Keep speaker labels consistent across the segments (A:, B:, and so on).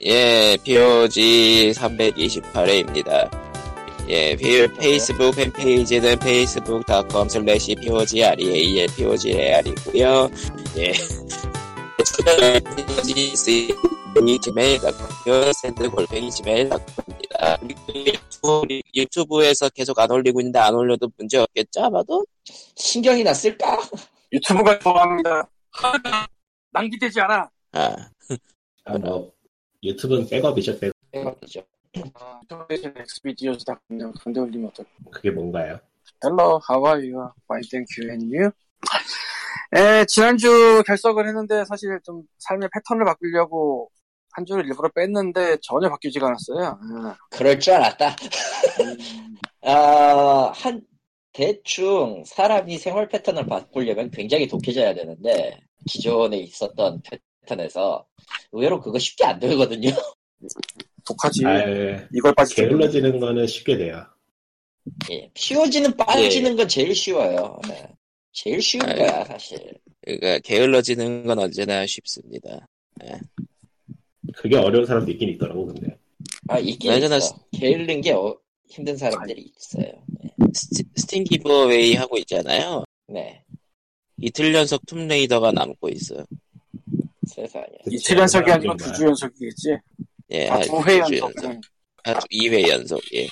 A: 예, POG 328회입니다. 예, 페- 페이스북 팬페이지는 facebook.com slash POGREAL, POGREAL이고요. 예. POG gmail.com, 샌드골뱅이 gmail.com입니다. 유튜브, 유튜브에서 계속 안 올리고 있는데 안 올려도 문제 없겠죠, 아마도?
B: 신경이 났을까?
C: 유튜브가 좋아합니다. 낭비되지 않아.
A: 아,
D: 아, 뭐 유튜브는 백업이죠 백업
B: 대박이죠.
C: 유튜브 대신 엑스비디오스다 그냥 근데 올리면 어떨까?
D: 그게 뭔가요?
C: Hello, how are you? Fine, thank you, and you? 에, 지난주 결석을 했는데 사실 좀 삶의 패턴을 바꾸려고 한 주를 일부러 뺐는데 전혀 바뀌지가 않았어요.
B: 그럴 줄 알았다.
A: 음.
B: 아, 한, 대충 사람이 생활 패턴을 바꾸려면 굉장히 독해져야 되는데, 기존에 있었던 패턴에서 의외로 그거 쉽게 안 되거든요.
C: 독하지.
D: 아,
C: 이걸 빠지지.
D: 게을러지는 거는 쉽게 돼요
B: 예. 피워지는 빠지는 건 제일 쉬워요. 네. 제일 쉬운
A: 예. 아유.
B: 거야, 사실.
A: 그러니까 게을러지는 건 언제나 쉽습니다.
D: 그게 어려운 사람도 있긴 있더라고 근데
B: 아, 있긴
A: 예전에
B: 있어. 게으른 게 어- 힘든 사람들이 있어요.
A: 스티- 스팀 기브웨이 하고 있잖아요.
B: 네.
A: 이틀 연속 툼레이더가 남고 있어.
B: 세상에.
C: 이틀 연속이 아니고
D: 사람들만.
C: 두 주 연속이겠지.
A: 예,
C: 아,
A: 한
C: 두 회
A: 주 아,
C: 연속. 응.
A: 2회 연속. 예.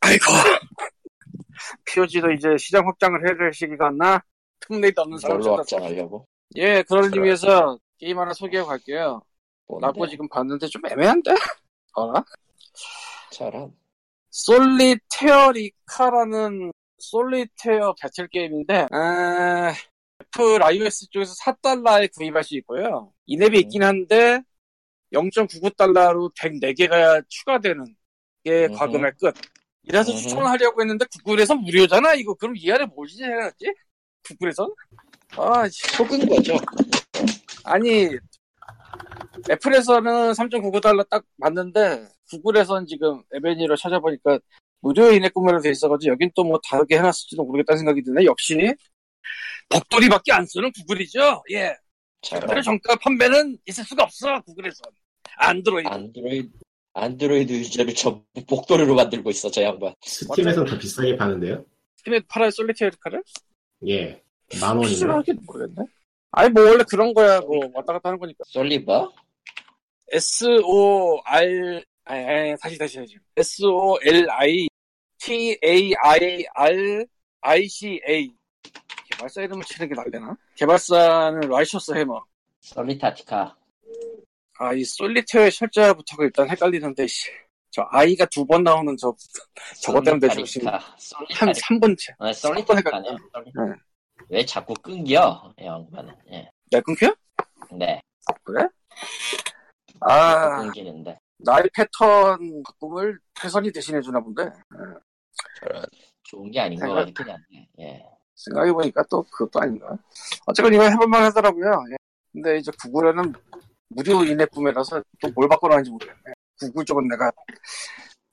C: 아이고. POG도 이제 시장 확장을 해야 될 시기가 왔나? 틈내도 없는 그 사람
B: 뭘로
C: 찾아서.
B: 확장하려고?
C: 예, 그런 의미에서 게임 하나 소개하고 갈게요.
B: 뭔데?
C: 나고 지금 봤는데 좀 애매한데? 어라?
B: 저런.
C: 솔리테어리카라는 솔리테어 배틀 게임인데, 아, 애플 iOS 쪽에서 4달러에 구입할 수
B: 음.
C: 있고요. 이앱이 있긴 한데, 0.99달러로 104개가 추가되는 게
B: 음흠.
C: 과금의 끝. 이래서
B: 음흠.
C: 추천하려고 했는데, 구글에서 무료잖아? 이거 그럼 이 안에 뭐지 해놨지? 구글에선? 아, 씨.
B: 속은 거죠.
C: 아니 애플에서는 3.99달러 딱 맞는데 구글에선 지금 에베니로 찾아보니까 무료 인앱 구매로 돼 있어가지고 여긴 또 뭐 다르게 해놨을지도 모르겠다는 생각이 드네 역시 덕돌이밖에 안 쓰는 구글이죠 예
B: 저런.
C: 애플 정가 판매는 있을 수가 없어 구글에선 안드로이드
B: 안드로이드, 안드로이드 유저를 전부 복도리로 만들고 있어, 저 양반.
D: 스팀에서는 더 비싸게 파는데요
C: 스팀에 팔아요 솔리테어리카를
D: 예 만원인가?
C: 실하게 모르겠네 아니 뭐 원래 그런 거야 뭐 왔다 갔다 하는 거니까
B: 솔리버? 뭐?
C: S O R 아니, 아니, 다시 다시 다시 S O L I T A I R I C A 개발사 이름을 치는 게 낫려나? 개발사는 라이셔스 해머.
B: 솔리타티카.
C: 아 이 솔리테어의 철자부터가 일단 헷갈리는데 씨. 저 아이가 두 번 나오는 저 저것 때문에 지금 한
B: 솔리타티카.
C: 3분째.
B: 아, 솔리타티카네요. 솔리타티카.
C: 네.
B: 왜 자꾸 끊겨? 이 양반은. 예.
C: 내 끊겨?
B: 네.
C: 아
B: 끊기는데.
C: 나의 패턴 바꿈을 패선이 대신해 주나 본데.
B: 좋은 게 아닌 것 같긴 한데. 예.
C: 생각해보니까 또 그것도 아닌가. 어쨌건 이거 해볼만 하더라고요. 예. 근데 이제 구글에는 무료 인앱 구매라서 또 뭘 바꿔놨는지 모르겠네. 구글 쪽은 내가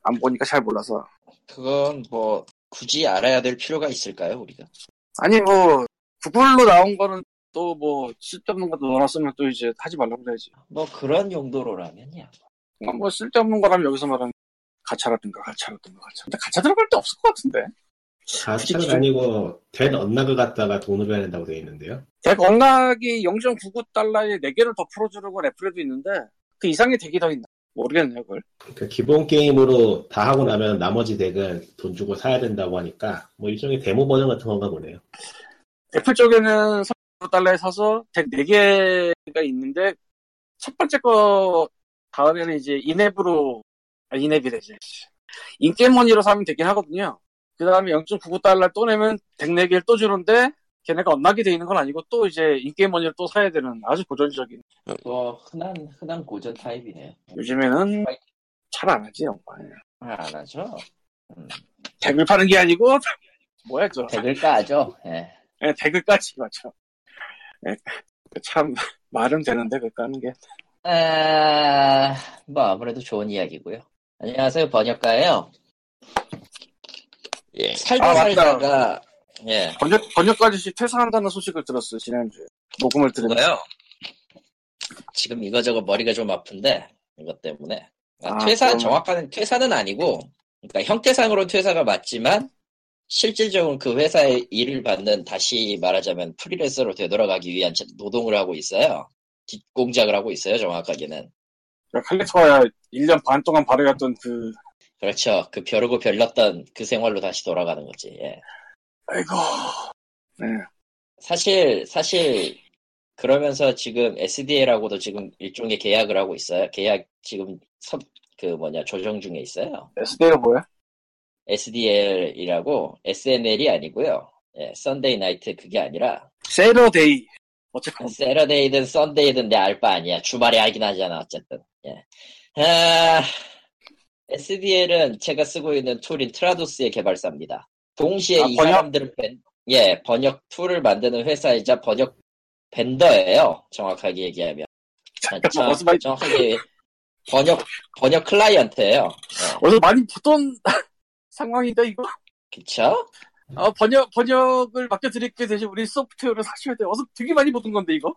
C: 안 보니까 잘 몰라서.
B: 그건 뭐, 굳이 알아야 될 필요가 있을까요, 우리가?
C: 아니, 뭐, 구글로 나온 거는 또 뭐, 쓸데없는 것도 넣어놨으면 또 이제 하지 말라고 그래야지.
B: 뭐, 그런 용도로라면요.
C: 뭐, 뭐 쓸데없는 거라면 여기서 말하는 가차라든가 가차라든가 가차. 근데 가차 들어갈 데 없을 것 같은데.
D: 가스는 아니고 된 언락을 갖다가 돈으로 해야 된다고 되어 있는데요
C: 대학 언락이 0.99달러에 4개를 더 풀어주려고 래플에도 있는데, 그 이상의 덱이 더 있나? 모르겠네요, 그걸.
D: 그러니까 기본 게임으로 다 하고 나면 나머지 덱은 돈 주고 사야 된다고 하니까 뭐 일종의 데모 버전 같은 건가 보네요
C: 애플 쪽에는 3달러에 사서 덱 4개가 있는데 첫 번째 거 다음에는 이제 인앱으로 아 인앱이래 이제 인게머니로 사면 되긴 하거든요 그 다음에 0.99달러 또 내면 덱 4개를 또 주는데 걔네가 언락이 돼 있는 건 아니고 또 이제 인게머니를 또 사야 되는 아주 고전적인
B: 뭐, 흔한, 흔한 고전 타입이네요.
C: 요즘에는 잘 안 하지 정말
B: 아, 안 하죠? 음,
C: 덱을 파는 게 아니고 뭐야 저
B: 덱을 까죠? 아, 예.
C: 예, 덱을 까지 맞죠 예, 참 말은 되는데 그 까는 게
B: 아, 뭐 아무래도 좋은 이야기고요. 안녕하세요 번역가예요.
A: 예.
B: 살다
C: 아, 맞다.
B: 살다가 예
C: 네. 번역, 번역가저씨 퇴사한다는 소식을 들었어요, 지난주에. 녹음을 들은
B: 그거요. 지금 이거저거 머리가 좀 아픈데 이것 때문에 아,
C: 아,
B: 퇴사
C: 그럼-
B: 정확한 퇴사는 아니고 그러니까 형태상으로 퇴사가 맞지만 실질적으로 그 회사의 일을 받는 다시 말하자면 프리랜서로 되돌아가기 위한 제- 노동을 하고 있어요. 뒷공작을 하고 있어요. 정확하게는
C: 그러니까 칼리토가 1년 반 동안 바래갔던 그
B: 그렇죠. 그 벼르고 별났던 그 생활로 다시 돌아가는 거지. 예.
C: 아이고 네.
B: 사실 사실 그러면서 지금 SDA라고도 지금 일종의 계약을 하고 있어요. 계약 지금 섭, 그 뭐냐 조정 중에 있어요.
C: SD가 뭐야?
B: SDL이라고 SNL이 아니고요. 예, 썬데이 나이트 그게 아니라
C: 세러데이 어쨌건
B: 세러데이든 썬데이든 내 알바 아니야. 주말에 하긴 하잖아 어쨌든. 예. 아, SDL은 제가 쓰고 있는 툴인 트라도스의 개발사입니다. 동시에
C: 아,
B: 이
C: 번역?
B: 사람들은 벤, 예 번역 툴을 만드는 회사이자 번역 벤더예요. 정확하게 얘기하면 아, 정-
C: 무슨 말인지-
B: 정확하게 번역 번역 클라이언트예요. 예,
C: 어서 많이 붙던 상황인데 이거
B: 그쵸?
C: 아, 번역 번역을 맡겨드릴게 대신 우리 소프트웨어를 사셔야 돼. 어서 되게 많이 붙은 건데 이거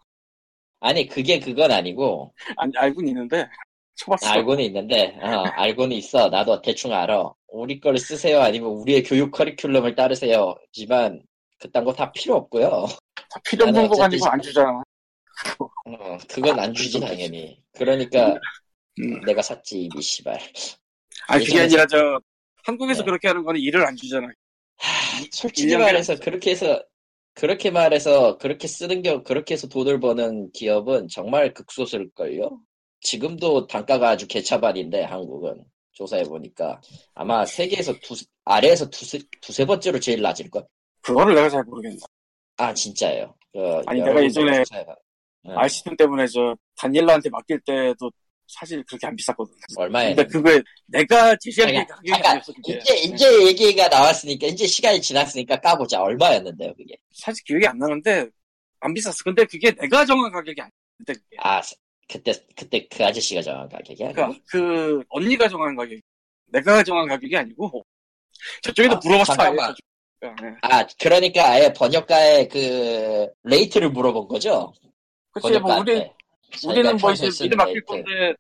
B: 아니 그게 그건 아니고
C: 아니 알고는 있는데 초봤어.
B: 알고는 있는데, 어, 알고는 있어. 나도 대충 알아. 우리 거를 쓰세요. 아니면 우리의 교육 커리큘럼을 따르세요. 하지만, 그딴 거 다 필요 없고요.
C: 다 필요 없는
B: 나는
C: 거가
B: 어쨌든
C: 아니고 안 주잖아.
B: 어, 그건 안 주지, 당연히. 그러니까,
C: 아, 음.
B: 내가 샀지, 이 씨발.
C: 아니 그게
B: 예전에-
C: 아니라 저 한국에서
B: 네.
C: 그렇게 하는 거는 일을 안 주잖아.
B: 솔직히
C: 인정해요.
B: 말해서, 그렇게 해서, 그렇게 말해서, 그렇게 쓰는 게, 그렇게 해서 돈을 버는 기업은 정말 극소수일걸요? 지금도 단가가 아주 개차반인데, 한국은. 조사해보니까. 아마 세계에서 두, 아래에서 두세, 두세 번째로 제일 낮을걸?
C: 그거를 내가 잘 모르겠네.
B: 아 진짜예요. 그
C: 아니,
B: 여러
C: 내가 예전에
B: 군데 조사해가- 응.
C: 아시스템 때문에 저 다니엘라한테 맡길 때도 사실 그렇게 안 비쌌거든.
B: 얼마에
C: 근데 그거에 내가 제시한
B: 네.
C: 게 네.
B: 아니,
C: 가격이
B: 잠깐,
C: 아니었어. 그게.
B: 이제 이제 얘기가 나왔으니까 이제 시간이 지났으니까 까보자 얼마였는데요 그게
C: 사실 기억이 안 나는데 안 비쌌어. 근데 그게 내가 정한 가격이 아니야. 근데 그게
B: 아 사- 그때 그때 그 아저씨가 정한 가격이야.
C: 그러니까 그 언니가 정한 가격, 이 내가 정한 가격이 아니고 저쪽에도
B: 아,
C: 물어봤어.
B: 잠깐만.
C: 아예 저쪽. 예.
B: 아 그러니까 아예 번역가의 그 레이트를 물어본 거죠.
C: 그치
B: 그러니까
C: 뭐 우리
B: 번역가한테. 네.
C: 우리는
B: 자기가 그
C: 뭐
B: 평소에
C: 이제
B: 쓰는
C: 미리 맡길
B: 레이트.
C: 건데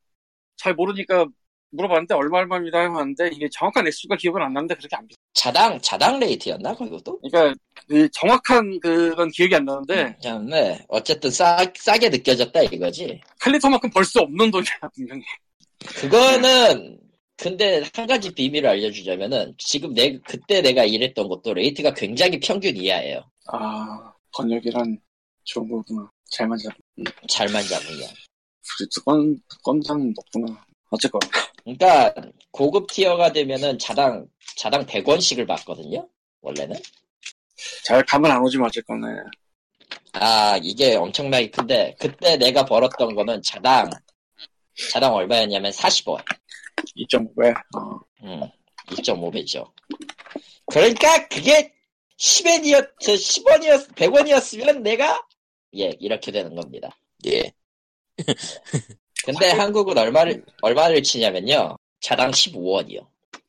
C: 잘 모르니까 물어봤는데 얼마 얼마입니다 하는데 이게 정확한 액수가 기억은 안 나는데 그렇게 안 비쌌어.
B: 자당 자당 레이트였나 그것도?
C: 그러니까 그 정확한 그건 기억이 안 나는데
B: 음, 네. 어쨌든 싸 싸게 느껴졌다 이거지.
C: 칼리토만큼 벌 수 없는 돈이야 분명히.
B: 그거는 근데 한 가지 비밀을 알려주자면은 지금 내 그때 내가 일했던 것도 레이트가 굉장히 평균 이하예요.
C: 아 번역이란 좋은 거구나. 잘만 잡.
B: 잘만 잡으면.
C: 건 건장 높구나. 어쨌건
B: 그러니까 고급 티어가 되면은 자당 자당 100원씩을 받거든요. 원래는.
C: 잘 감은 안 오지만 어쨌건 네.
B: 아 이게 엄청나게 큰데 그때 내가 벌었던 거는 자당 자당 얼마였냐면 40원.
C: 2.5배. 어.
B: 음, 2.5배죠. 그러니까 그게 10엔이었, 10원이었, 100원이었으면 내가 예 이렇게 되는 겁니다.
A: 예.
C: 아,
B: 근데
C: 예.
B: 한국은 얼마를 얼마를 치냐면요. 자당 15원이요.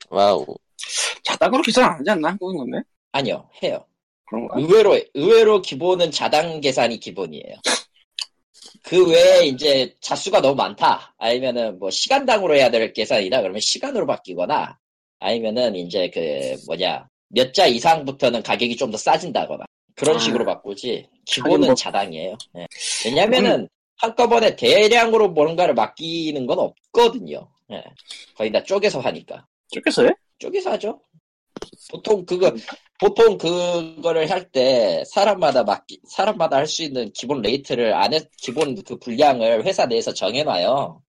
A: 와우.
C: 자당으로 계산 안 하지 않나 한국인 건데?
B: 아니요, 해요.
C: 그런 거.
B: 의외로 의외로 기본은 자당 계산이 기본이에요. 그 외에 이제 자수가 너무 많다. 아니면은 뭐 시간당으로 해야 될 계산이다. 그러면 시간으로 바뀌거나 아니면은 이제 그 뭐냐 몇 자 이상부터는 가격이 좀 더 싸진다거나 그런
C: 아.
B: 식으로 바꾸지.
C: 하긴
B: 기본은
C: 뭐-
B: 자당이에요. 예. 왜냐면은 한꺼번에 대량으로 뭔가를 맡기는 건 없거든요. 예. 거의 다 쪼개서 하니까.
C: 쪼개서 해?
B: 쪼개서 하죠. 보통 그거 보통 그거를 할 때 사람마다 맡기 사람마다 할 수 있는 기본 레이트를 안에 기본 그 분량을 회사 내에서 정해놔요.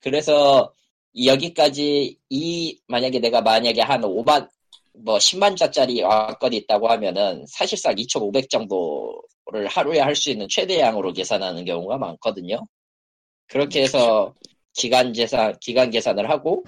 B: 그래서 이- 여기까지 이 만약에 내가 만약에 한 5만 뭐 10만 자짜리 건이 있다고 하면은 사실상 2,500 정도를 하루에 할 수 있는 최대양으로 계산하는 경우가 많거든요. 그렇게 해서 기간 계산 기간 계산을 하고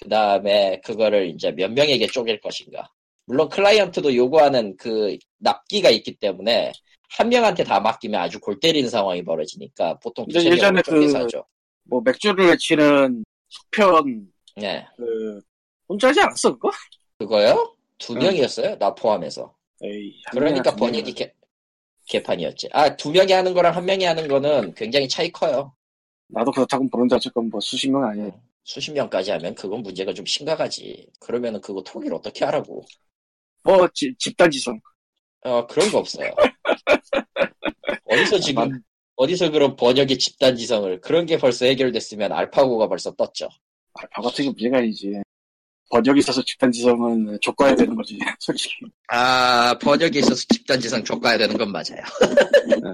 B: 그 다음에 그거를 이제 몇 명에게 쪼갤 것인가. 물론 클라이언트도 요구하는 그 납기가 있기 때문에 한 명한테 다 맡기면 아주 골 때리는 상황이 벌어지니까 보통
C: 근데
B: 두세 명으로
C: 예전에
B: 쪼개서
C: 그-
B: 하죠.
C: 뭐 맥주를 외치는 속편
B: 네.
C: 그 혼자 하지 않았어 그거?
B: 그거요? 두
C: 응.
B: 명이었어요? 나 포함해서.
C: 에이
B: 그러니까
C: 한 명이나 두 명이나.
B: 번역이 개, 개판이었지. 아, 두 명이 하는 거랑 한 명이 하는 거는 굉장히 차이 커요.
C: 나도 그렇다고 보는 자체건 뭐 수십 명 아니에요.
B: 수십 명까지 하면 그건 문제가 좀 심각하지. 그러면은 그거 통일 어떻게 하라고.
C: 뭐 지- 집단 지성.
B: 어, 그런 거 없어요. 어디서 지금,
C: 만-
B: 어디서 그런 번역의 집단 지성을, 그런 게 벌써 해결됐으면 알파고가 벌써 떴죠.
C: 알파 아, 같은 게 문제가 아니지. 번역이 있어서 집단 지성은 조과해야 되는 거지. 솔직히.
B: 아, 번역에 있어서 집단 지성 족가야 되는 건 맞아요.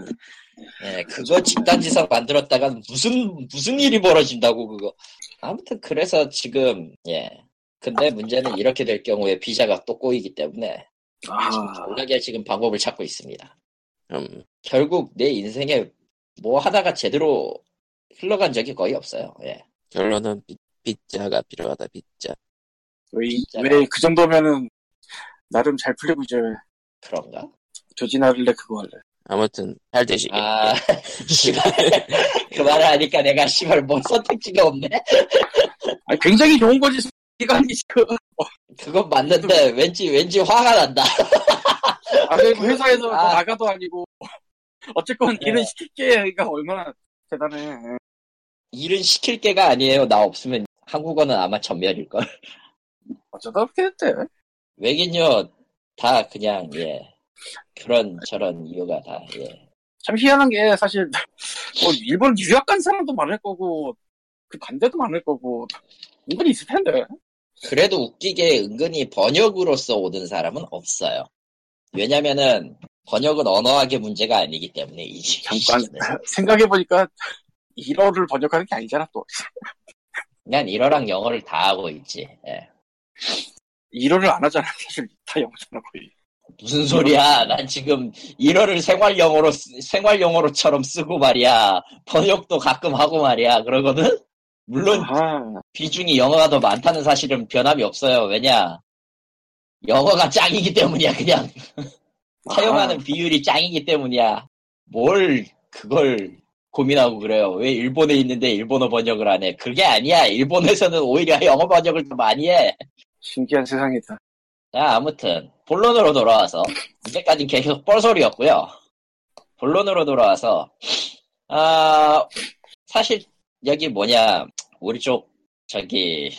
B: 예, 그거 집단 지성 만들었다가 무슨, 무슨 일이 벌어진다고, 그거. 아무튼 그래서 지금, 예. 근데 문제는 이렇게 될 경우에 비자가 또 꼬이기 때문에
C: 아,
B: 전략에 지금 방법을 찾고 있습니다. 음, 결국 내 인생에 뭐 하다가 제대로 흘러간 적이 거의 없어요. 예.
A: 결론은 빗- 빗자가 필요하다 빗자
B: 진짜.
C: 왜 그 정도면은 나름 잘 풀리고 이제
B: 그런가?
C: 조진할래 그거 할래.
A: 아무튼 잘 되시길 예.
B: 아, 씨발. 그 말을 하니까 내가 씨발 뭐 선택지가 없네?
C: 아니, 굉장히 좋은 거지. 이가 아니지. 그.
B: 그건 맞는데
C: 음.
B: 왠지 왠지 화가 난다.
C: 아, 그리고 회사에서 뭐
B: 아.
C: 나가도 아니고. 어쨌건
B: 네.
C: 일은 쉽게 얘가 얼마나 대단해.
B: 일은 시킬 게가 아니에요. 나 없으면 한국어는 아마 전멸일 걸.
C: 어쩌다 그렇게 됐대.
B: 왜긴요. 다 그냥 예 그런 저런 이유가 다 예.
C: 참 희한한 게 사실 뭐 일본 유학 간 사람도 많을 거고 그 반대도 많을 거고 은근히 있을 텐데
B: 그래도 웃기게 은근히 번역으로서 오는 사람은 없어요. 왜냐면은 번역은 언어학의 문제가 아니기 때문에 이
C: 잠깐.
B: 시기는.
C: 생각해 보니까 1어를 번역하는 게 아니잖아 또
B: 난 일어랑 영어를 다 하고 있지. 예.
C: 1어를 안 하잖아 사실 다 영어잖아 거의
B: 무슨 소리야? 난 지금 일어를 생활 영어로 쓰- 생활 영어로처럼 쓰고 말이야. 번역도 가끔 하고 말이야. 그러거든. 물론
C: 아
B: 비중이 영어가 더 많다는 사실은 변함이 없어요. 왜냐? 영어가 짱이기 때문이야, 그냥.
C: 아.
B: 사용하는 비율이 짱이기 때문이야. 뭘, 그걸 고민하고 그래요. 왜 일본에 있는데 일본어 번역을 안 해? 그게 아니야. 일본에서는 오히려 영어 번역을 더 많이 해.
C: 신기한 세상이다
B: 자, 아무튼, 본론으로 돌아와서, 이제까지 계속 뻘소리였고요. 본론으로 돌아와서, 아, 사실, 여기 뭐냐, 우리 쪽, 저기,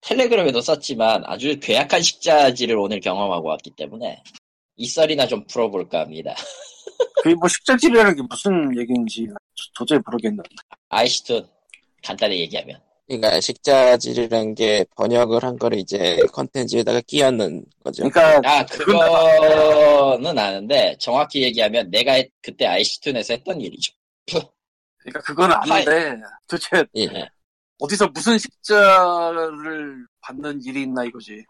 B: 텔레그램에도 썼지만 아주 괴악한 식자지를 오늘 경험하고 왔기 때문에, 이 썰이나 좀 풀어볼까 합니다.
C: 그게 뭐 식자질이라는 게 무슨 얘기인지 도저히 모르겠네
B: 아이시툰, 간단히 얘기하면.
A: 그러니까 식자질이란 게 번역을 한 거를 이제 컨텐츠에다가 끼얹는 거죠
C: 그러니까
B: 아,
C: 그건
B: 그거는 아는데, 정확히 얘기하면 내가 했- 그때 아이시툰에서 했던 일이죠.
C: 그러니까 그건 아는데 도대체
A: 예.
C: 어디서 무슨 식자를 받는 일이 있나 이거지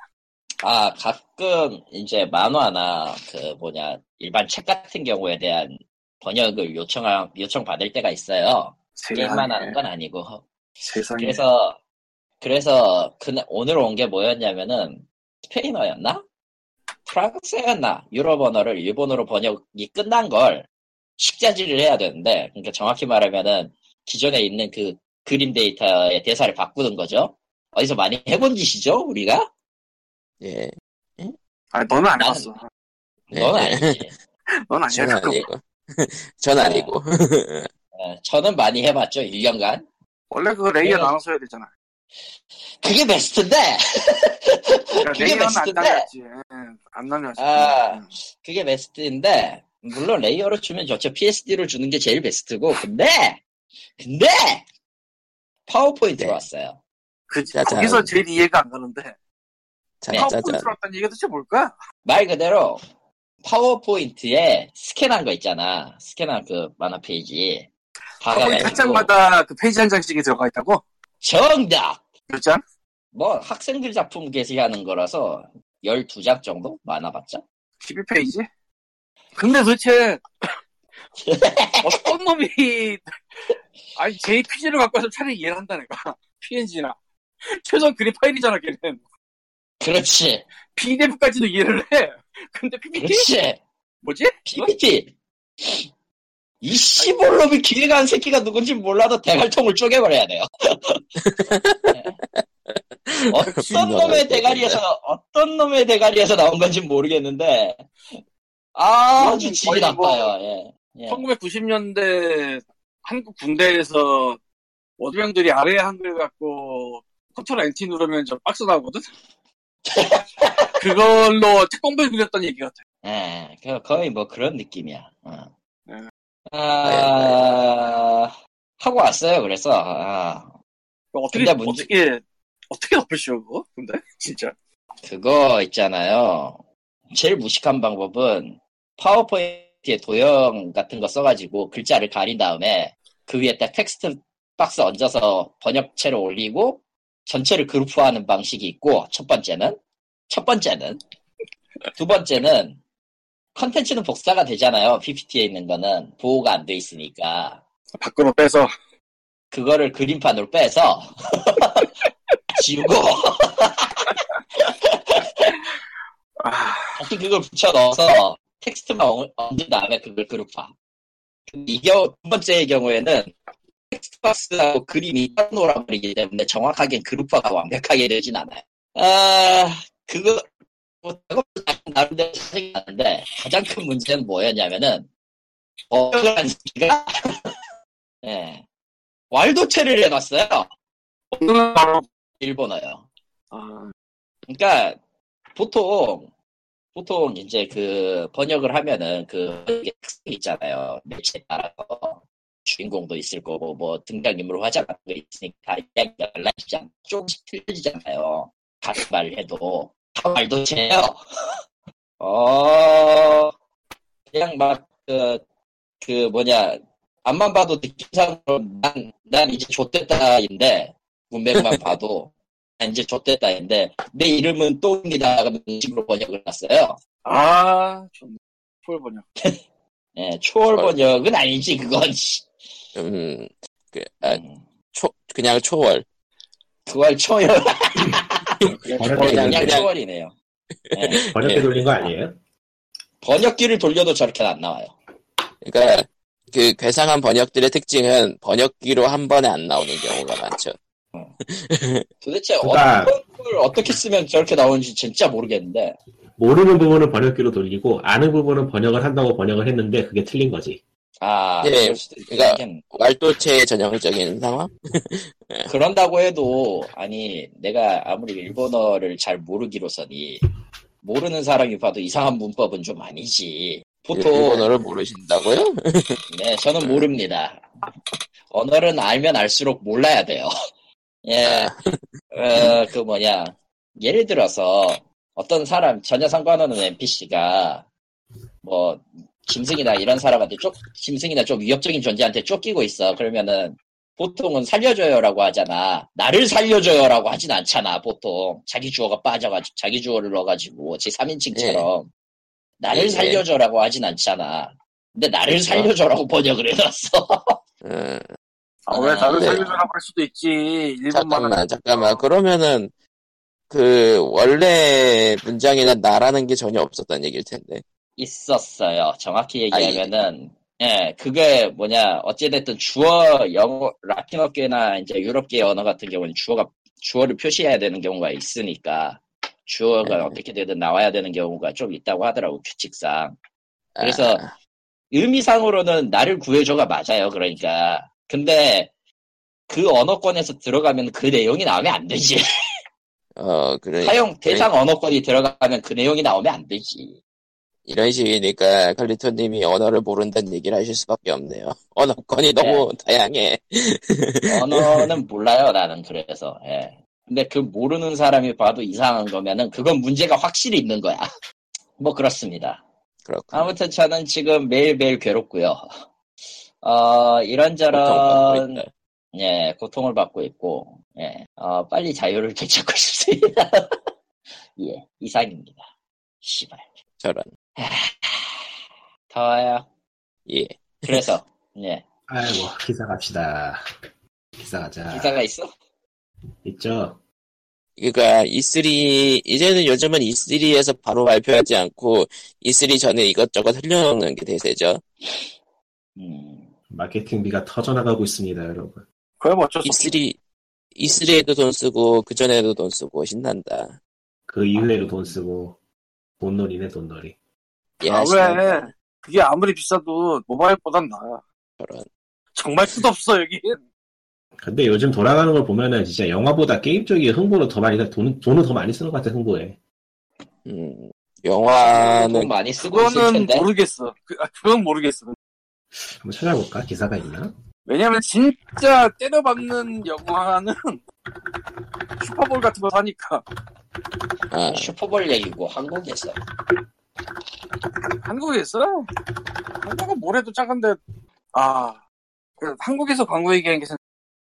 B: 아, 가끔 이제 만화나 그 뭐냐, 일반 책 같은 경우에 대한 번역을 요청하, 요청받을 때가 있어요.
C: 네,
B: 게임만 하는 건 아니고.
C: 세상에
B: 그래서, 그래서 그날, 오늘 온 게 뭐였냐면은 스페인어였나? 프랑스어였나? 유럽 언어를 일본어로 번역이 끝난 걸 식자질을 해야 되는데, 그러니까 정확히 말하면은 기존에 있는 그 그림 데이터의 대사를 바꾸는 거죠. 어디서 많이 해본 짓이죠, 우리가?
A: 예
C: 아니 너는 안
B: 나는-
C: 해봤어
B: 그건
A: 예.
B: 아니지.
C: 넌 아니야
A: 전
C: 그거
A: 아니고 전 아니고
B: 예, 저는 많이 해봤죠, 1년간.
C: 원래 그 레이어
B: 네.
C: 나눠서 해야 되잖아
B: 그게 베스트인데,
C: 그러니까
B: 그게
C: 레이어는 안
B: 베스트인데.
C: 나눠야지 응, 안 나눠야지 음.
B: 아.
C: 응.
B: 그게 베스트인데, 물론 레이어로 주면 좋죠. PSD로 주는 게 제일 베스트고, 근데, 근데, 파워포인트가
A: 네.
B: 왔어요.
C: 그,
A: 짜잔.
C: 거기서 제일 이해가 안 가는데
A: 짜자잔
C: 파워포인트 왔다는 얘기가 도대체 뭘까?
B: 말 그대로, 파워포인트에 스캔한 거 있잖아. 스캔한 그 만화 페이지.
C: 파워포인트 한
B: 박아가지고, 네.
C: 장마다 그 페이지 한 장씩이 들어가 있다고?
B: 정답!
C: 몇 장?
B: 뭐, 학생들 작품 게시하는 거라서, 12장 정도? 많아 봤자?
C: 12페이지? 근데 도대체 어떤 놈이 아니 JPG를 갖고 와서 차라리 이해를 한다 내가 PNG나 최소 그림 파일이잖아 걔는
B: 그렇지.
C: PDF까지도 이해를 해 근데 PPT?
B: 그렇지. 어.
C: 뭐지?
B: PPT. 이 씨볼놈이 기획한 새끼가 누군지 몰라도 대갈통을 쪼개버려야 돼요. 어떤 놈의 대가리에서, 어떤 놈의 대가리에서 나온 건지 모르겠는데, 아주 질이
C: 거의 뭐-
B: 나빠요. 예. 예.
C: 1990년대 한국 군대에서 워드병들이 아래 한글 갖고 컨트롤 엔티 누르면 저 박스 나오거든? 그걸로 특공배 누렸던 얘기 같아.
B: 예, 그- 거의 뭐 그런 느낌이야. 어.
C: 음.
B: 아, 하고 왔어요. 그래서 아,
C: 어떻게,
B: 근데 문제-
C: 어떻게, 어떻게 덮으시오, 그거? 근데? 진짜.
B: 그거 있잖아요. 제일 무식한 방법은 파워포인트에 도형 같은 거 써가지고 글자를 가린 다음에 그 위에 딱 텍스트 박스 얹어서 번역체로 올리고 전체를 그룹화하는 방식이 있고 첫 번째는 첫 번째는 두 번째는 컨텐츠는 복사가 되잖아요. PPT에 있는 거는 보호가 안 돼 있으니까
C: 밖으로 빼서.
B: 그거를 그림판으로 빼서 지우고
C: 아,
B: 다시 그걸 붙여 넣어서 텍스트만 얹- 얹은 다음에 그걸 그룹화. 이두 번째의 경우에는 텍스트 박스하고 그림이 따로란 말이기 때문에 정확하게 그룹화가 완벽하게 되진 않아요. 아, 그거, 뭐, 그것도 나름대로 생각하는데 가장 큰 문제는 뭐였냐면은, 번역을 한 새끼가, 예, 왈도체를 해놨어요.
C: 없는 바로.
B: 일본어요.
C: 아,
B: 그러니까 보통 보통 이제 그 번역을 하면은 그 이게 특성이 있잖아요 매체에 따라서 주인공도 있을 거고 뭐 등장인물 화장 같은 거 있으니까 이야기가 달라지지 않고 조금씩 틀려지잖아요 같은 말을 해도 다 말도 돼요 어 그냥 막그 그 뭐냐 앞만 봐도 느낌상으로 난, 난 이제 좆됐다인데 문맥만 봐도 난 이제 좆됐다인데 내 이름은 또입니다. 라는 식으로 번역을 놨어요.
C: 아, 좋네. 폴 번역.
B: 예, 초월
A: 헐.
B: 번역은 아니지, 그건. 씨.
A: 음, 그, 아,
B: 음,
A: 초, 그냥 초월.
B: 그걸 초월,
D: 번역기
A: 그냥-
B: 그냥
D: 돌린 거-
B: 초월이네요. 예,
D: 번역기
A: 예.
D: 돌린 거 아니에요?
B: 번역기를 돌려도 저렇게는 안 나와요.
A: 그러니까 그 괴상한 번역들의 특징은 번역기로 한 번에 안 나오는 경우가 많죠.
B: 도대체
D: 그러니까
B: 어떤 걸 어떻게 쓰면 저렇게 나오는지 진짜 모르겠는데.
D: 모르는 부분은 번역기로 돌리고 아는 부분은 번역을 한다고 번역을 했는데 그게 틀린 거지.
B: 아,
A: 예,
B: 그럴 수도
A: 그러니까-
B: 있겠네.
A: 왈도체의 전형적인 상황?
B: 그런다고 해도, 아니, 내가 아무리 일본어를 잘 모르기로서니, 모르는 사람이 봐도 이상한 문법은 좀 아니지. 보통,
A: 예, 일본어를 모르신다고요?
B: 네, 저는 모릅니다. 언어는 알면 알수록 몰라야 돼요. 예, 어, 그 뭐냐. 예를 들어서 어떤 사람, 전혀 상관없는 NPC가 뭐, 짐승이나 이런 사람한테 쫓, 짐승이나 좀 위협적인 존재한테 쫓기고 있어. 그러면은 보통은 살려줘요라고 하잖아. 나를 살려줘요라고 하진 않잖아, 보통. 자기 주어가 빠져가지고, 자기 주어를 넣어가지고, 제 3인칭처럼.
A: 예,
B: 나를
A: 예.
B: 살려줘라고 하진 않잖아. 근데 나를
A: 그렇죠.
B: 살려줘라고 번역을 해놨어. 예,
A: 음,
C: 아, 왜 다른
A: 네.
C: 살려주라고 할 수도 있지. 일본만.
A: 잠깐만, 잠깐만. 그러면은 그 원래 문장에는 나라는 게 전혀 없었단 얘기일 텐데.
B: 있었어요. 정확히 얘기하면은 예, 그게 뭐냐 어찌됐든 주어 영어 라틴어계나 이제 유럽계 언어 같은 경우는 주어가 주어를 표시해야 되는 경우가 있으니까 주어가
A: 네.
B: 어떻게 되든 나와야 되는 경우가 좀 있다고 하더라고 규칙상.
A: 아,
B: 그래서 의미상으로는 나를 구해줘가 맞아요. 그러니까 근데 그 언어권에서 들어가면 그 내용이 나오면 안 되지.
A: 어 그래
B: 사용 대상 언어권이 들어가면 그 내용이 나오면 안 되지.
A: 이런 식이니까 칼리토님이 언어를 모른다는 얘기를 하실 수밖에 없네요. 언어권이 너무
B: 예.
A: 다양해.
B: 언어는 몰라요, 나는 그래서. 예. 근데 그 모르는 사람이 봐도 이상한 거면은 그건 문제가 확실히 있는 거야. 뭐 그렇습니다.
A: 그렇군.
B: 아무튼 저는 지금 매일매일 괴롭고요. 어,
A: 보통 뭐
B: 이런저런
A: 있다.
B: 예, 고통을 받고 있고 예. 어, 빨리 자유를 되찾고 싶습니다. 예, 이상입니다. 시발.
A: 저런.
B: 더워요.
A: 예.
B: 그래서 예.
D: 아이고 기사 갑시다. 기사 가자.
B: 기사가 있어?
D: 있죠.
A: 그러니까 E3 이제는 요즘은 E3에서 바로 발표하지 않고 E3 전에 이것저것 흘려놓는 게 대세죠.
B: 음.
D: 마케팅비가 터져나가고 있습니다, 여러분.
C: 그야 뭐 어쩔 수 없지.
A: E3 E3에도 돈 쓰고 그 전에도 돈 쓰고 신난다.
D: 그 이후에도 돈 쓰고 돈놀이네 돈놀이.
C: 아, 왜? 그게 아무리 비싸도 모바일보단 나아.
A: 저런.
C: 정말 끝없어, 여기.
D: 근데 요즘 돌아가는 걸 보면은 진짜 영화보다 게임 쪽이 흥보를 더 많이 돈 돈을 더 많이 쓰는 것 같아 흥보에.
A: 음,
B: 돈
A: 영화는
B: 많이 쓰고 있을
C: 그거는
B: 텐데.
C: 모르겠어. 그, 아, 그건 모르겠어.
D: 한번 찾아볼까? 기사가 있나?
C: 왜냐면 진짜 때려박는 영화는 슈퍼볼 같은 거 사니까
A: 아,
B: 슈퍼볼 얘기고 한국에서
C: 한국에서 한국은 뭐래도 작은데 아그 한국에서 광고 얘기하는 게 참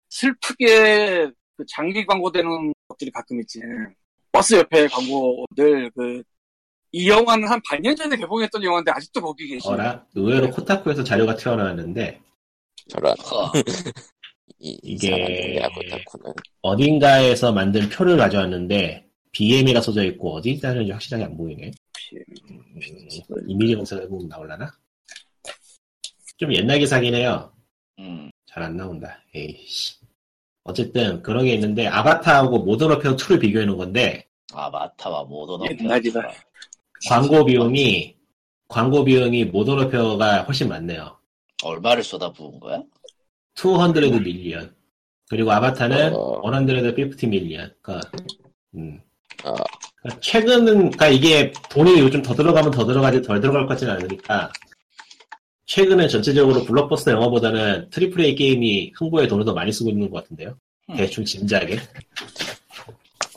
C: 슬프게 그 장기 광고 되는 것들이 가끔 있지 버스 옆에 광고들 그 이 영화는 한 반년 전에 개봉했던 영화인데 아직도 거기 계시네
D: 어라 의외로 코타쿠에서 자료가 튀어나왔는데
A: 저런.
B: 허,
A: 이, 이
D: 이게-
A: 사람들하고 덕후는.
D: 어딘가에서 만든 표를 가져왔는데 BM이라 써져 있고 어디 있다는지 확실하게 안 보이네. 음, 이미지 검색해보면 나올라나? 좀 옛날 기사긴 해요.
B: 음,
D: 잘 안 나온다. 에이씨. 어쨌든 그런 게 있는데 아바타하고 모던 어페어 2를 비교해 놓은 건데
B: 아 예, 마타와 모던
C: 옛날이다.
D: 광고 비용이 광고 비용이 모던 어페어가 훨씬 많네요.
B: 얼마를 쏟아부은 거야?
D: 200 밀리언. 그리고 아바타는
A: 어.
D: 150 밀리언. 그러니까 음.
A: 어.
D: 그러니까 최근은 그러니까 이게 돈이 요즘 더 들어가면 더 들어가지 덜 들어갈 것 같지는 않으니까 최근에 전체적으로 블록버스터 영화보다는 트리플 A 게임이 흥보에 돈을 더 많이 쓰고 있는 것 같은데요.
B: 음.
D: 대충 짐작에.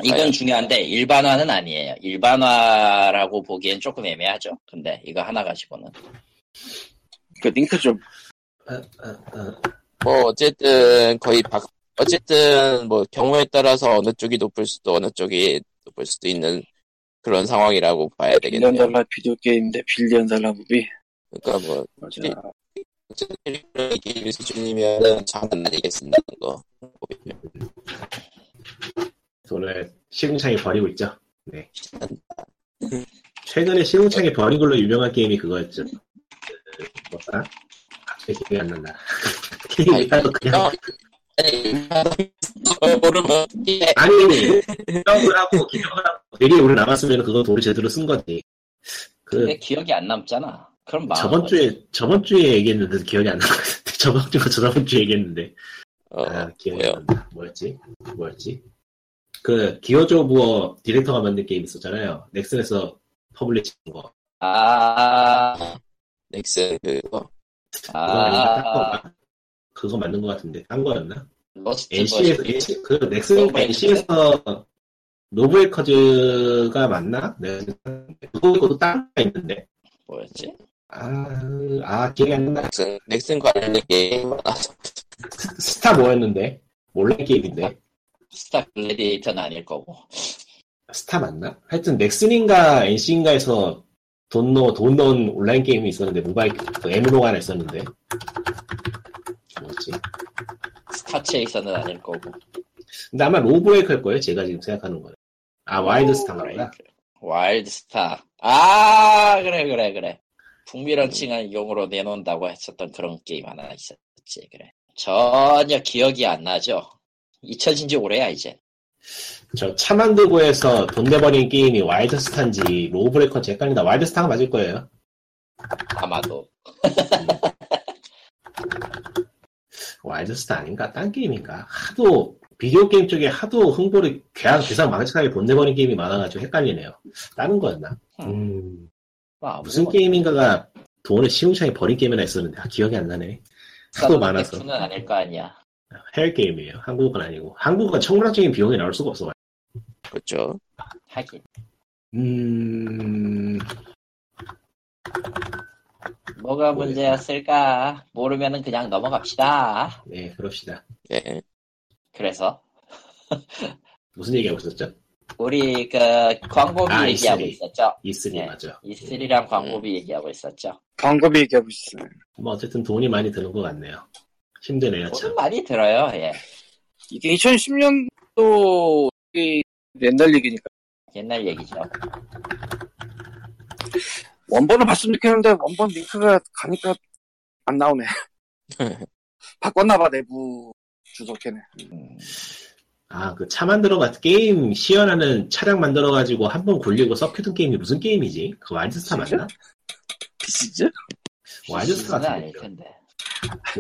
B: 이건 중요한데 일반화는 아니에요. 일반화라고 보기엔 조금 애매하죠. 근데 이거 하나 가지고는
D: 네.
C: 그 링크 좀
D: 어, 어, 어.
A: 뭐 어쨌든 거의 박 어쨌든 뭐 경우에 따라서 어느 쪽이 높을 수도 어느 쪽이 높을 수도 있는 그런 상황이라고 봐야
C: 빌리언
A: 되겠네요.
C: 달러 비디오 게임인데 빌리언 달러 무비
A: 그러니까 뭐
C: 맞아
A: 네. 어쨌든 이런 게임 수준이면은 장난 아니게 쓴다는 거.
D: 돈을 시궁창에 버리고 있죠. 네. 최근에 시궁창에 버린 걸로 유명한 게임이 그거였죠. 뭐다? 갑자기 기억이 안 난다. 게임이 따로 그냥
A: 아니 모르면 이게
D: 아니 기억을 하고 기억을 하고 되게 오래 남았으면 그거 돈을 제대로 쓴 거지.
B: 근데
D: 그
B: 기억이 안 남잖아. 그럼 망한
D: 저번
B: 거지.
D: 주에 저번 주에 얘기했는데 기억이 안 나는데 저번 주가 저번 주에 얘기했는데
A: 어,
D: 아 기억이
A: 뭐요?
D: 안 난다. 뭐였지? 뭐였지? 그 기어조 부어 디렉터가 만든 게임 있었잖아요. 넥슨에서 퍼블리싱 한 거.
B: 아,
A: 넥슨 그거
D: 그거 아닌가? 딴
B: 아,
D: 건가? 그거 맞는 것 같은데 딴 거였나?
B: 로스트
D: NC에서
B: 버전.
D: NC 그 넥슨 NC에서 노브웨커즈가 맞나? 네. 그것도 딴거 있는데
B: 뭐였지?
D: 아, 아아 기억이 안 나.
A: 넥슨 넥슨 관련된 게임 많아서
D: 스타 뭐였는데? 온라인 게임인데
B: 스타 글래디에이터는 아닐 거고.
D: 스타 맞나? 하여튼 넥슨인가 NC인가에서 돈 넣어 돈 넣은 온라인 게임이 있었는데 모바일 그 에무로가 하나 있었는데 뭐지?
B: 스타 체이서는 아닐 거고.
D: 근데 아마 로브웨이크일 거예요. 제가 지금 생각하는 거는 아 와일드 스타인가?
B: 와일드 스타. 아, 그래, 그래, 그래.
D: 음.
B: 북미런칭한 용어로 내놓는다고 했었던 그런 게임 하나 있었지, 그래. 전혀 기억이 안 나죠? 잊혀진 지 오래야, 이제.
D: 저 차 만들고 해서 돈 내버린 게임이 와일드 스타인지 로브레이커인지 헷갈린다. 와일드 스타가 맞을 거예요.
B: 아마도.
D: 와일드 스타 뭐 아닌가? 딴 게임인가? 하도 비디오 게임 쪽에 하도 흥보를 괴한 괴상 망측하게 돈 내버린 게임이 많아가지고 헷갈리네요. 다른 거였나? 음.
B: 아,
D: 무슨 게임인가가 돈을 시궁창에 버린 게임이나 있었는데 아, 기억이 안 나네. 하도 많아서
B: 는 아닐 거 아니야.
D: 해외 게임이에요. 한국은 아니고 한국은 청문학적인 비용이 나올 수가 없어.
A: 그렇죠.
B: 하긴.
D: 음
B: 뭐가 문제였을까? 모르면은 그냥 넘어갑시다.
D: 네, 그럽시다.
A: 예.
B: 그래서,
D: 무슨 얘기하고 있었죠?
B: 우리 그 광고비
D: 아, 음.
B: 얘기하고
D: E3.
B: 있었죠?
D: E3
B: 네.
D: 맞아.
B: E3랑 광고비 얘기하고 있었죠.
C: 광고비 얘기하고 있어
D: 뭐 어쨌든 돈이 많이 드는 것 같네요. 힘드네요
B: 돈은
D: 참.
B: 많이 들어요, 예.
C: 이게 2010년도 옛날 얘기니까
B: 옛날 얘기죠.
C: 원본을 봤으면 좋겠는데 원본 링크가 가니까 안 나오네. 바꿨나봐 내부 주소캐네.
B: 음,
D: 아그 차 만들어 가 게임 시연하는 차량 만들어 가지고 한 번 굴리고 썩혀둔 게임이 무슨 게임이지? 그 와일드스타 맞나?
C: 시즌?
D: 와이드스
B: 시즌은
D: 같은
B: 아닐
D: 거.
B: 텐데.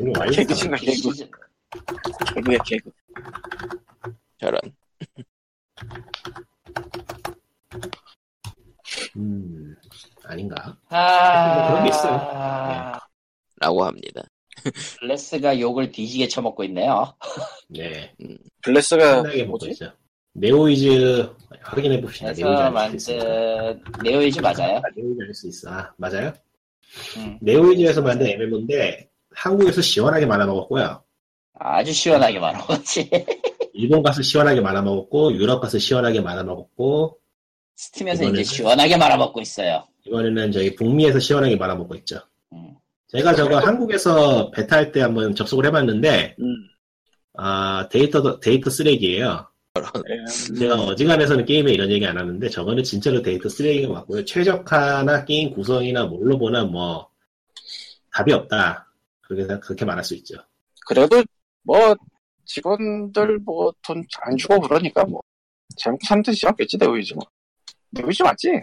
D: 와이드스
C: 개그신가 개그
B: 시즌.
C: 개그야 개그
A: 저런.
D: 음 아닌가?
B: 아,
D: 그런 게
A: 라고 합니다.
B: 블레스가 욕을 뒤지게 쳐먹고 있네요.
D: 네
B: 그,
C: 블레스가
D: 신나게 보고 있어. 네오이즈 확인해 봅시다.
B: 그래서
D: 아닐수 있어.
B: 만든 네오이즈 맞아요?
D: 아, 네오이즈 아닐 수 있어. 아, 맞아요?
B: 음.
D: 네오이즈에서 만든 MMO인데 한국에서 시원하게 말아먹었고요.
B: 아주
D: 네.
B: 시원하게 말하지.
D: 일본 가서 시원하게 말아먹었고 유럽 가서 시원하게 말아먹었고
B: 스팀에서
D: 이번에는?
B: 이제 시원하게 말아먹고 있어요.
D: 이번에는 저희 북미에서 시원하게 말아먹고 있죠.
B: 음.
D: 제가 저거 한국에서 베타 할 때 한번 접속을 해봤는데
C: 음.
D: 아 데이터 데이터 쓰레기예요.
B: 네, 음.
D: 제가 어지간해서는 게임에 이런 얘기 안 하는데 저거는 진짜로 데이터 쓰레기인 것 같고요. 최적화나 게임 구성이나 뭘로 보나 뭐 답이 없다. 그렇게 생각- 그렇게 말할 수 있죠.
C: 그래도 뭐 직원들 뭐 돈 안 주고 그러니까 뭐 잘못 삼든 시작겠지 네오이즈 뭐 네오이즈 맞지? 예.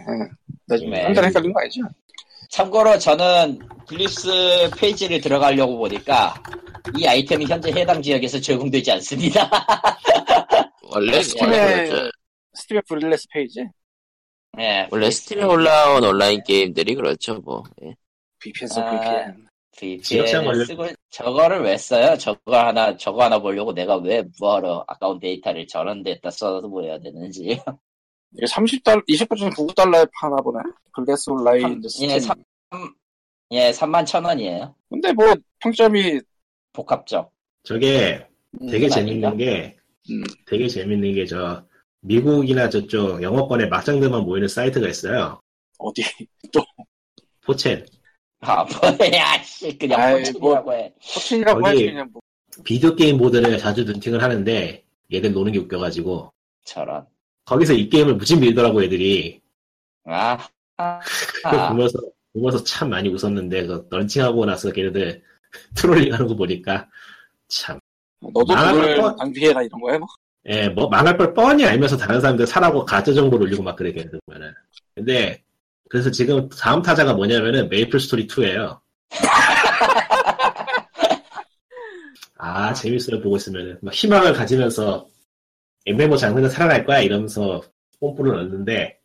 C: 나 지금
B: 네.
C: 한달 헷갈린 거 아니지?
B: 참고로 저는 블립스 페이지를 들어가려고 보니까 이 아이템이 현재 해당 지역에서 적용되지 않습니다.
A: 원래
C: 아, 스팀에
A: 원래,
C: 스티브 브릴레스 페이지
B: 예,
A: 원래 스팀에 올라온 온라인 게임들이 그렇죠 뭐. 예.
C: VPN 써
B: 아.
C: VPN
D: 지역장
B: VPN
D: 관련-
B: 쓰고 저거를 왜 써요? 저거 하나 저거 하나 보려고 내가 왜 뭐하러 아까운 데이터를 저런 데다 써서 보여야 되는지.
C: 이게 30달러 29.99달러에 파나 보네 블레스 온라인
B: 삼-
C: 스팀
B: 예, 삼- 예, 3만 천 원이에요.
C: 근데 뭐 평점이
B: 복합적.
D: 저게 되게
B: 음, 그건
D: 재밌는
B: 아닌가?
D: 게
C: 음.
D: 되게 재밌는 게 저 미국이나 저쪽 영어권에 막장들만 모이는 사이트가 있어요.
C: 어디
D: 포첸
B: 아, 뭐야, 씨, 그냥
C: 아이, 뭐.
B: 포칭이라고 해.
C: 포칭이라고
D: 거기-
C: 할지 그냥 뭐
D: 비디오 게임 보드를 자주 눈팅을 하는데 얘들 노는 게 웃겨가지고
B: 저런.
D: 거기서 이 게임을 무지 밀더라고 애들이
B: 아, 아,
D: 그걸
B: 아.
D: 보면서 보면서 참 많이 웃었는데 그 런칭하고 나서 걔네들 트롤링하는 거 보니까 참.
C: 너도
D: 나갈
C: 그걸
D: 뻔-
C: 방비해라 이런 거야 뭐
D: 예, 뭐, 망할 걸 뻔히 알면서 다른 사람들 사라고 가짜 정보를 올리고 막 그래, 걔네들 보면은. 근데, 그래서 지금 다음 타자가 뭐냐면은 메이플 스토리 2예요 아, 재밌어요, 보고 있으면은. 막 희망을 가지면서, MMO 장르는 살아날 거야, 이러면서 뽐뿌를 넣는데,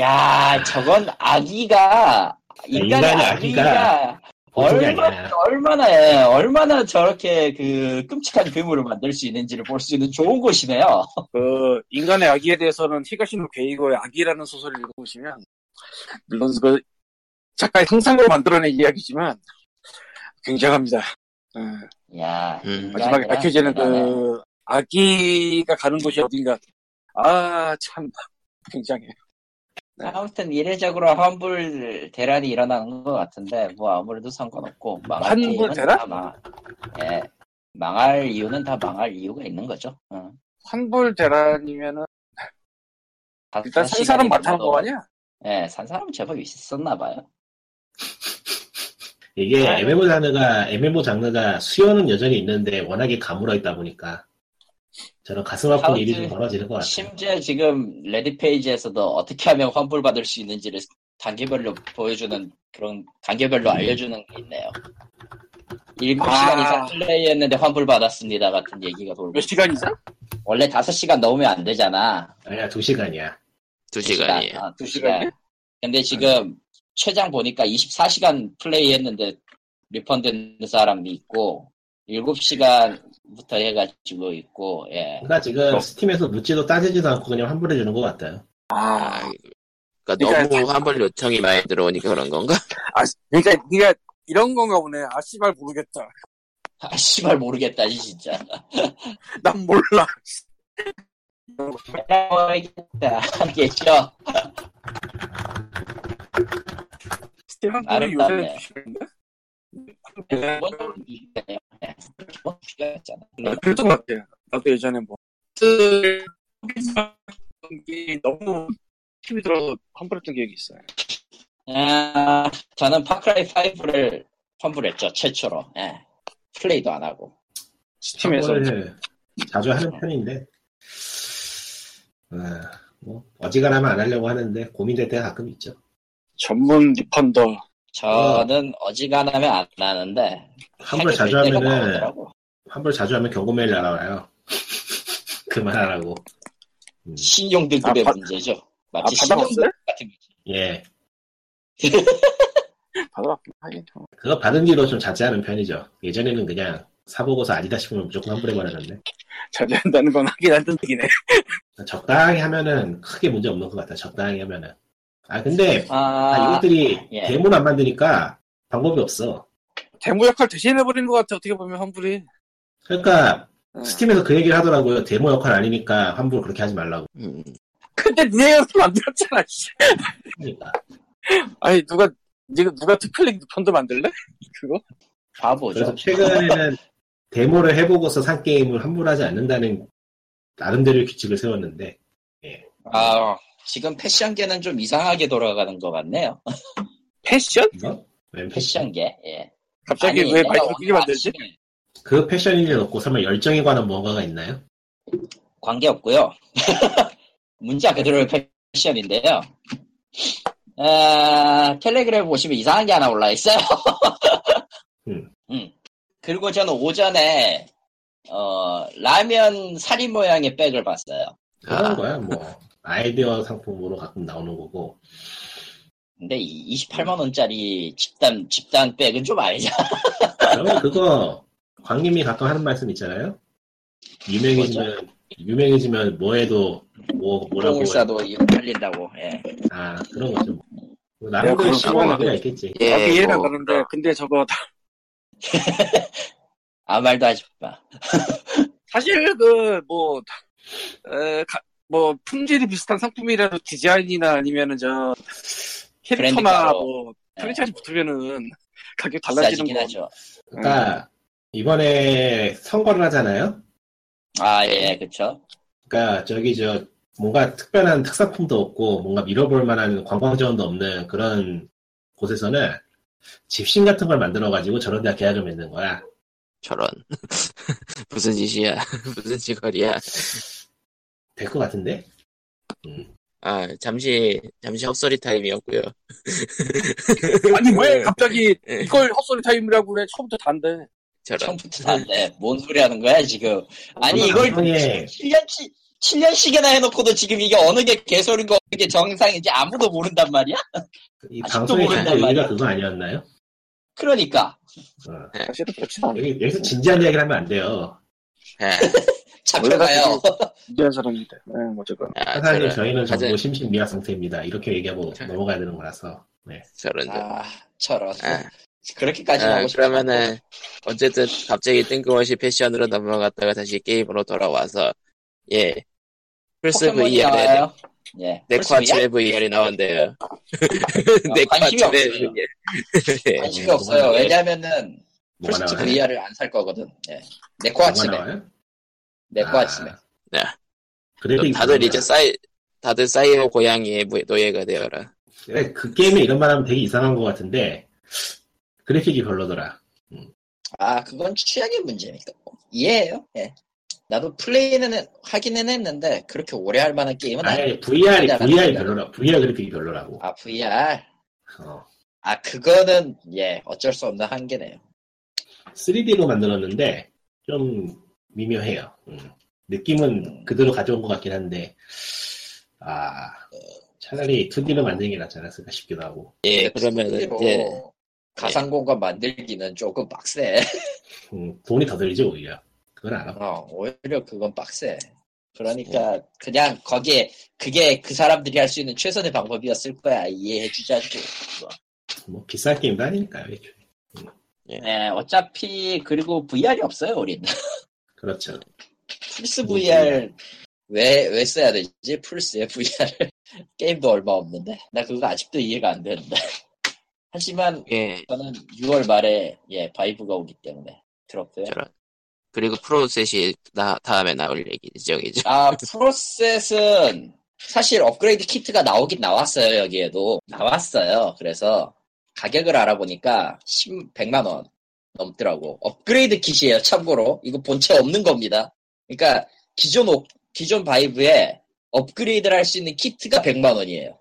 B: 야, 저건 아기가, 인간의
D: 인간의
B: 아기가,
D: 아기가 보통이
B: 얼마나,
D: 아니야.
B: 얼마나, 예, 얼마나 저렇게 그 끔찍한 괴물을 만들 수 있는지를 볼 수 있는 좋은 곳이네요.
C: 그 인간의 아기에 대해서는 히가시노 게이거의 아기라는 소설을 읽어보시면 물론 그 작가의 상상으로 만들어낸 이야기지만 굉장합니다. 예,
B: 야,
A: 음.
B: 인간이라
C: 마지막에 밝혀지는
B: 대단해.
C: 그 아기가 가는 곳이 어딘가 아 참 굉장해.
B: 아무튼 이례적으로 환불 대란이 일어나는 것 같은데 뭐 아무래도 상관없고 망할
C: 환불
B: 이유는
C: 대란?
B: 다 망, 예, 망할 이유는 다 망할 이유가 있는 거죠. 어. 응.
C: 환불 대란이면은
B: 다-
C: 일단
B: 다
C: 산 사람
B: 시간이
C: 많다는
B: 걸려도-
C: 거 아니야?
B: 예, 산 사람 제법 있었나 봐요.
D: 이게
B: 아.
D: MMO 장르가, MMO 장르가 수요는 여전히 있는데, 워낙에 가물어 있다 보니까, 저런 가슴 아픈
B: 다음
D: 일이 좀
B: 주에
D: 벌어지는
C: 네.
D: 것 같아요.
B: 심지어 지금 레드 페이지에서도 어떻게 하면 환불 받을 수 있는지를 단계별로 보여주는 그런 단계별로 알려주는 게 있네요. 7시간
C: 음. 아.
B: 이상 플레이했는데 환불 받았습니다 같은 얘기가 돌고
C: 몇 시간 이상?
B: 원래 5시간 넘으면 안 되잖아.
D: 아니야, 두 시간이야.
A: 두 시간이에요.
B: 어, 두
C: 시간이요?
B: 시간. 근데 지금 최장 보니까 24시간 플레이 했는데 리펀되는 사람도 있고 7시간부터 해가지고 있고 예.
D: 그러니까 지금
C: 어.
D: 스팀에서 묻지도 따지지도 않고 그냥 환불해 주는 것 같아요.
C: 아,
A: 아, 그러니까 너무 환불 요청이 많이 들어오니까 그런 건가?
C: 아 그러니까 네가 이런 건가 보네. 아 씨발 모르겠다.
B: 아 씨발 모르겠다 진짜.
C: 난 몰라.
B: 모르겠다 하겠죠.
C: 스팀 환불이
B: 아름답네.
C: 요새 주식인데? 네.
B: 기본 기간이잖아.
C: 그랬던 것 같아요. 나도 예전에 뭐. 스를 하던 게 그, 너무 힘이 들어서 환불했던 기억이 있어요.
B: 아, 저는 파크라이 5를 환불했죠 최초로. 예. 플레이도 안 하고.
C: 스팀에서.
D: 환불을 자주 하는 편인데, 아, 뭐 어지간하면 안 하려고 하는데 고민될 때가 가끔 있죠.
C: 전문 리펀더.
B: 저는 어지간하면 안 나는데
D: 환불
B: 하게
D: 자주
B: 될 때가
D: 하면은
B: 많더라고.
D: 환불 자주 하면 경고 메일 날아와요. 그만하라고. 음,
B: 신용 등급의
C: 아, 받-
B: 문제죠.
C: 아,
B: 마치 신용
C: 받아봤는데?
B: 같은 거지.
D: 예,
C: 받아봤긴 하긴. 어.
D: 그거 받은 뒤로 좀 자제하는 편이죠. 예전에는 그냥 사보고서 아니다 싶으면 무조건 환불해 버렸는데
C: 자제한다는 건 하긴 한다는 얘기네.
D: 적당히 하면은 크게 문제 없는 것 같아. 요 적당히 하면은. 아 근데 아,
B: 아,
D: 이것들이
B: 예.
D: 데모를 안 만드니까 방법이 없어.
C: 데모 역할 대신해버린 것 같아, 어떻게 보면 환불이.
D: 그러니까
C: 응.
D: 스팀에서 그 얘기를 하더라고요. 데모 역할 아니니까 환불 그렇게 하지 말라고.
A: 음,
C: 아, 근데 니네 역할 만들었잖아, 씨.
D: 그러니까
C: 아니, 누가, 니가, 누가 투클릭 리펀더 만들래? 그거?
B: 바보죠.
D: 그래서
B: 그렇죠.
D: 최근에는 데모를 해보고서 산 게임을 환불하지 않는다는 나름대로의 규칙을 세웠는데
B: 아, 지금 패션계는 좀 이상하게 돌아가는 것 같네요.
C: 패션?
D: 이거 웬 패션?
B: 패션계. 예.
C: 갑자기
B: 아니,
C: 왜
B: 내가
C: 마이크로
B: 오늘
C: 끄게 만들지?
B: 아침에
D: 그 패션이 없고 설마 열정에 관한 뭔가가 있나요?
B: 관계 없고요. 문자 그대로의
D: 네.
B: 패션인데요. 아, 텔레그램 보시면 이상한 게 하나 올라 있어요.
D: 음.
B: 음. 그리고 저는 오전에 어, 라면 사리 모양의 백을 봤어요.
D: 그런
A: 아.
D: 거야 뭐 아이디어 상품으로 가끔 나오는 거고
B: 근데 이 28만 원짜리 집단 집단 백은 좀 아니잖아.
D: 그러면 그거 광님이 가끔 하는 말씀 있잖아요. 유명해지면 유명해지면 뭐해도 뭐 뭐라고
B: 똥을 싸도 이거 팔린다고. 예.
D: 아 그런 거죠. 뭐.
C: 야, 그럼
D: 나름대로 시원한
C: 그거는-
D: 의미가 있겠지.
A: 예,
C: 나도 이해가
A: 뭐,
C: 가는데, 근데 저거, 다-
B: 아무 말도 하지 마.
C: 사실 그, 뭐, 에, 가- 뭐, 품질이 비슷한 상품이라도 디자인이나 아니면은 저, 캐릭터나
B: 브랜드가로.
C: 뭐, 프랜차이즈 붙으면은 가격 달라지는
B: 싸지긴
C: 거.
B: 하죠.
D: 그러니까 이번에 선거를 하잖아요.
B: 아, 예, 그쵸.
D: 그러니까 저기 저 뭔가 특별한 특산품도 없고 뭔가 밀어볼 만한 관광 자원도 없는 그런 곳에서는 집신 같은 걸 만들어 가지고 저런 데 계약을 맺는 거야.
A: 저런. 무슨 짓이야. 무슨 짓거리야.
D: 될 것 같은데?
A: 아, 잠시, 잠시 헛소리 타임이었고요
C: 아니, 왜 갑자기
A: 예,
C: 이걸 헛소리 타임이라고 그래? 처음부터 단데.
A: 저런.
B: 처음부터 다인데, 뭔 소리 하는 거야, 지금. 아니,
D: 그건
B: 이걸
D: 나중에
B: 7년치, 7년씩이나 해놓고도 지금 이게 어느 게 개소리고 어느 게 정상인지 아무도 모른단 말이야?
D: 이
B: 아직도
D: 방송의
B: 모른단
D: 진짜 의미가
B: 말이야.
D: 그거 아니었나요?
B: 그러니까.
D: 어.
C: 사실은 그렇진 않아요.
D: 여기, 여기서 진지한 이야기를 하면 안 돼요.
A: 아,
B: 잡혀가요.
C: 이해한 사람인데. 네, 어쨌건.
A: 아,
D: 사장님
A: 저런.
D: 저희는 전부
A: 가장-
D: 심신미약 상태입니다. 이렇게 얘기하고 넘어가야 되는 거라서. 네.
A: 저런. 저런.
B: 아, 저런.
A: 아,
B: 그렇게까지
A: 아,
B: 하고 싶다.
A: 그러면은, 어쨌든 갑자기 뜬금없이 패션으로 넘어갔다가 다시 게임으로 돌아와서, 예. 플스
B: 뭐 포켓몬이
A: VR에,
B: 나와요. 예.
A: 네코 아침에 VR이 나온대요. 네코
B: 관심이
A: 아침에
B: 없어요.
A: VR.
B: 관심이
D: 예,
B: 없어요.
A: 예.
B: 왜냐면은,
D: 뭐가
B: 플스
A: 네.
D: 나와요?
B: VR을 그 안 살 거거든. 예. 내거
D: 뭐가
B: 아침에.
D: 나와요?
B: 내거
D: 아,
B: 아침에.
A: 네.
D: 그래픽이
A: 다들 이제
D: 그거구나.
A: 싸이, 다들 싸이오 고양이의 무- 노예가 되어라.
D: 네, 그 게임에 이런 말 하면 되게 이상한 것 같은데 그래픽이 별로더라.
B: 아, 그건 취향의 문제니까. 뭐. 이해해요. 예. 나도 플레이는 해- 하기는 했는데, 그렇게 오래 할 만한 게임은 아니야.
D: 아예 VR
B: 아니야,
D: VR
B: 아니야.
D: 별로라. VR 그래픽이 별로라고.
B: 아, VR.
D: 어.
B: 아, 그거는, 예, 어쩔 수 없는 한계네요.
D: 3D로 만들었는데 좀 미묘해요. 음. 느낌은
B: 음.
D: 그대로 가져온 것 같긴 한데 아 차라리 2D로 만드는 게 낫지 않았을까 싶기도 하고.
A: 예,
B: 네,
A: 그러면은,
B: 실제로
A: 예.
B: 뭐 가상공간 만들기는 조금 빡세.
D: 음, 돈이 더 들죠 오히려. 그건 알아.
B: 어, 오히려 그건 빡세. 그러니까,
A: 예.
B: 그냥 거기에, 그게 그 사람들이 할 수 있는 최선의 방법이었을 거야. 이해해주자지.
D: 뭐 비싼 게임도 아니니까요. 애초에.
B: 예, 어차피, 그리고 VR이 없어요, 우린.
D: 그렇죠.
B: 플스
D: 음,
B: VR 왜, 왜 써야 되지? 플스에 VR 게임도 얼마 없는데 나 그거 아직도 이해가 안 되는데 하지만
A: 예,
B: 저는 6월 말에 예 바이브가 오기 때문에 들었고요
A: 저런. 그리고 프로셋이 나, 다음에 나올 얘기, 예정이죠.
B: 아 프로셋은 사실 업그레이드 키트가 나오긴 나왔어요 여기에도 나왔어요 그래서 가격을 알아보니까 10, 100만 원 넘더라고 업그레이드 킷이에요 참고로 이거 본체 없는 겁니다 그러니까 기존 옵- 기존 바이브에 업그레이드를 할 수 있는 키트가 100만 원이에요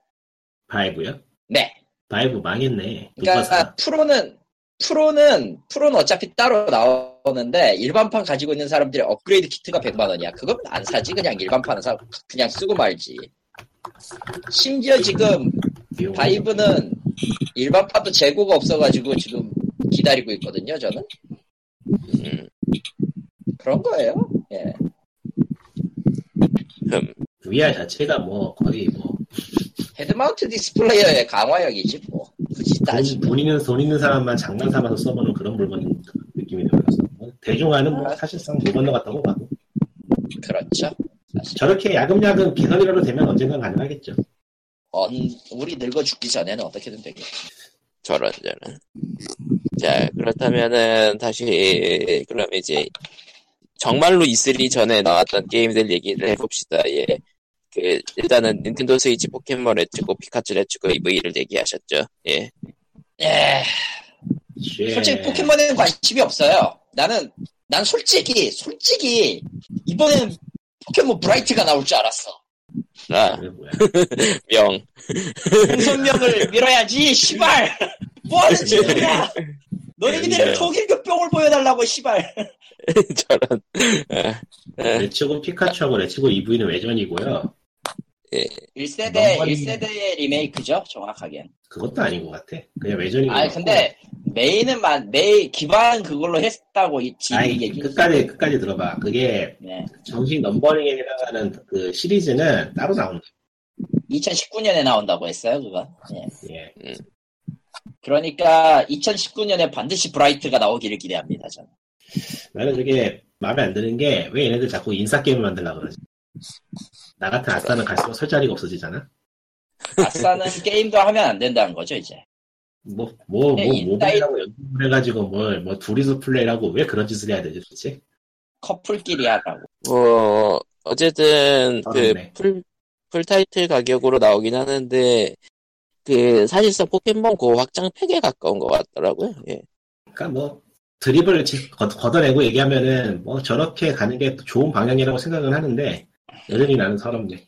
D: 바이브요?
B: 네
D: 바이브 망했네.
B: 그러니까
D: 높아서.
B: 프로는 프로는 프로는 어차피 따로 나오는데 일반판 가지고 있는 사람들이 업그레이드 키트가 100만 원이야. 그건 안 사지 그냥 일반판은 사 그냥 쓰고 말지. 심지어 지금
D: 비용은
B: 바이브는 일반판도 재고가 없어가지고 지금 기다리고 있거든요. 저는
A: 음,
B: 그런 거예요. 예.
A: 흠.
D: VR 자체가 뭐 거의 뭐
B: 헤드마운트 디스플레이어의 강화역이지 뭐 굳이
D: 돈,
B: 따지면.
D: 돈 있는 돈 있는 사람만 장난 삼아서 써보는 그런 물건 느낌이 들어서 뭐 대중화는 뭐 사실상 물 건너갔다고 봐도 그러니까.
B: 그렇죠.
D: 저렇게 야금야금 개선이라도 되면 언젠간 가능하겠죠.
B: 언, 우리 늙어 죽기 전에는 어떻게든 되겠지.
A: 저런 저런. 자 그렇다면은 다시 그럼 이제 정말로 E3 전에 나왔던 게임들 얘기를 해봅시다. 예. 그 일단은 닌텐도 스위치 포켓몬 레츠고 피카츄 레츠고 EV를 얘기하셨죠. 예.
B: 예.
D: 쉐.
B: 솔직히 포켓몬에는 관심이 없어요. 나는 난 솔직히 솔직히 이번에는 포켓몬 브라이트가 나올 줄 알았어.
A: 아,
D: 그게 뭐야?
A: 명.
B: 공선명을 밀어야지 시발. 뭐 하는 짓이야?
D: 예.
B: 너희들 독일급 병을 보여달라고 시발.
A: 저런. 아,
B: 네.
D: 레츠고 피카츄하고 레츠고 EV는 외전이고요.
B: 1세대
D: 넘버링.
B: 1세대의 리메이크죠, 정확하게.
D: 그것도 아닌 것 같아. 그냥 외전이고.
B: 아
D: 예.
B: 근데 메인은 만 메인 기반 그걸로 했다고 이 지금
D: 아이
B: 얘기.
D: 끝까지 끝까지 들어봐. 그게
B: 네.
D: 정식 넘버링에 해당하는 그 시리즈는 따로 나온다.
B: 2019년에 나온다고 했어요, 그건. 예.
D: 예.
B: 그러니까 2019년에 반드시 브라이트가 나오기를 기대합니다, 저는.
D: 나는 그게 마음에 안 드는 게 왜 얘네들 자꾸 인싸 게임을 만들려고 그러지? 나 같은 아싸는 갈수록 설 자리가 없어지잖아.
B: 아싸는 게임도 하면 안 된다는 거죠, 이제.
D: 뭐, 뭐,
B: 네,
D: 뭐,
B: 인싸인-
D: 모바일하고 연습을 해가지고 뭘, 뭐, 둘이서 플레이하고 왜 그런 짓을 해야 되지, 도대체?
B: 커플끼리 하라고.
A: 뭐 어쨌든 그
D: 어렵네.
A: 풀 풀타이틀 가격으로 나오긴 하는데 그 사실상 포켓몬 고 확장 팩에 가까운 것 같더라고요. 예.
D: 그러니까 뭐, 드립을 지- 걷- 걷어내고 얘기하면은, 뭐, 저렇게 가는 게 좋은 방향이라고 생각은 하는데, 여전히 나는 서럽네.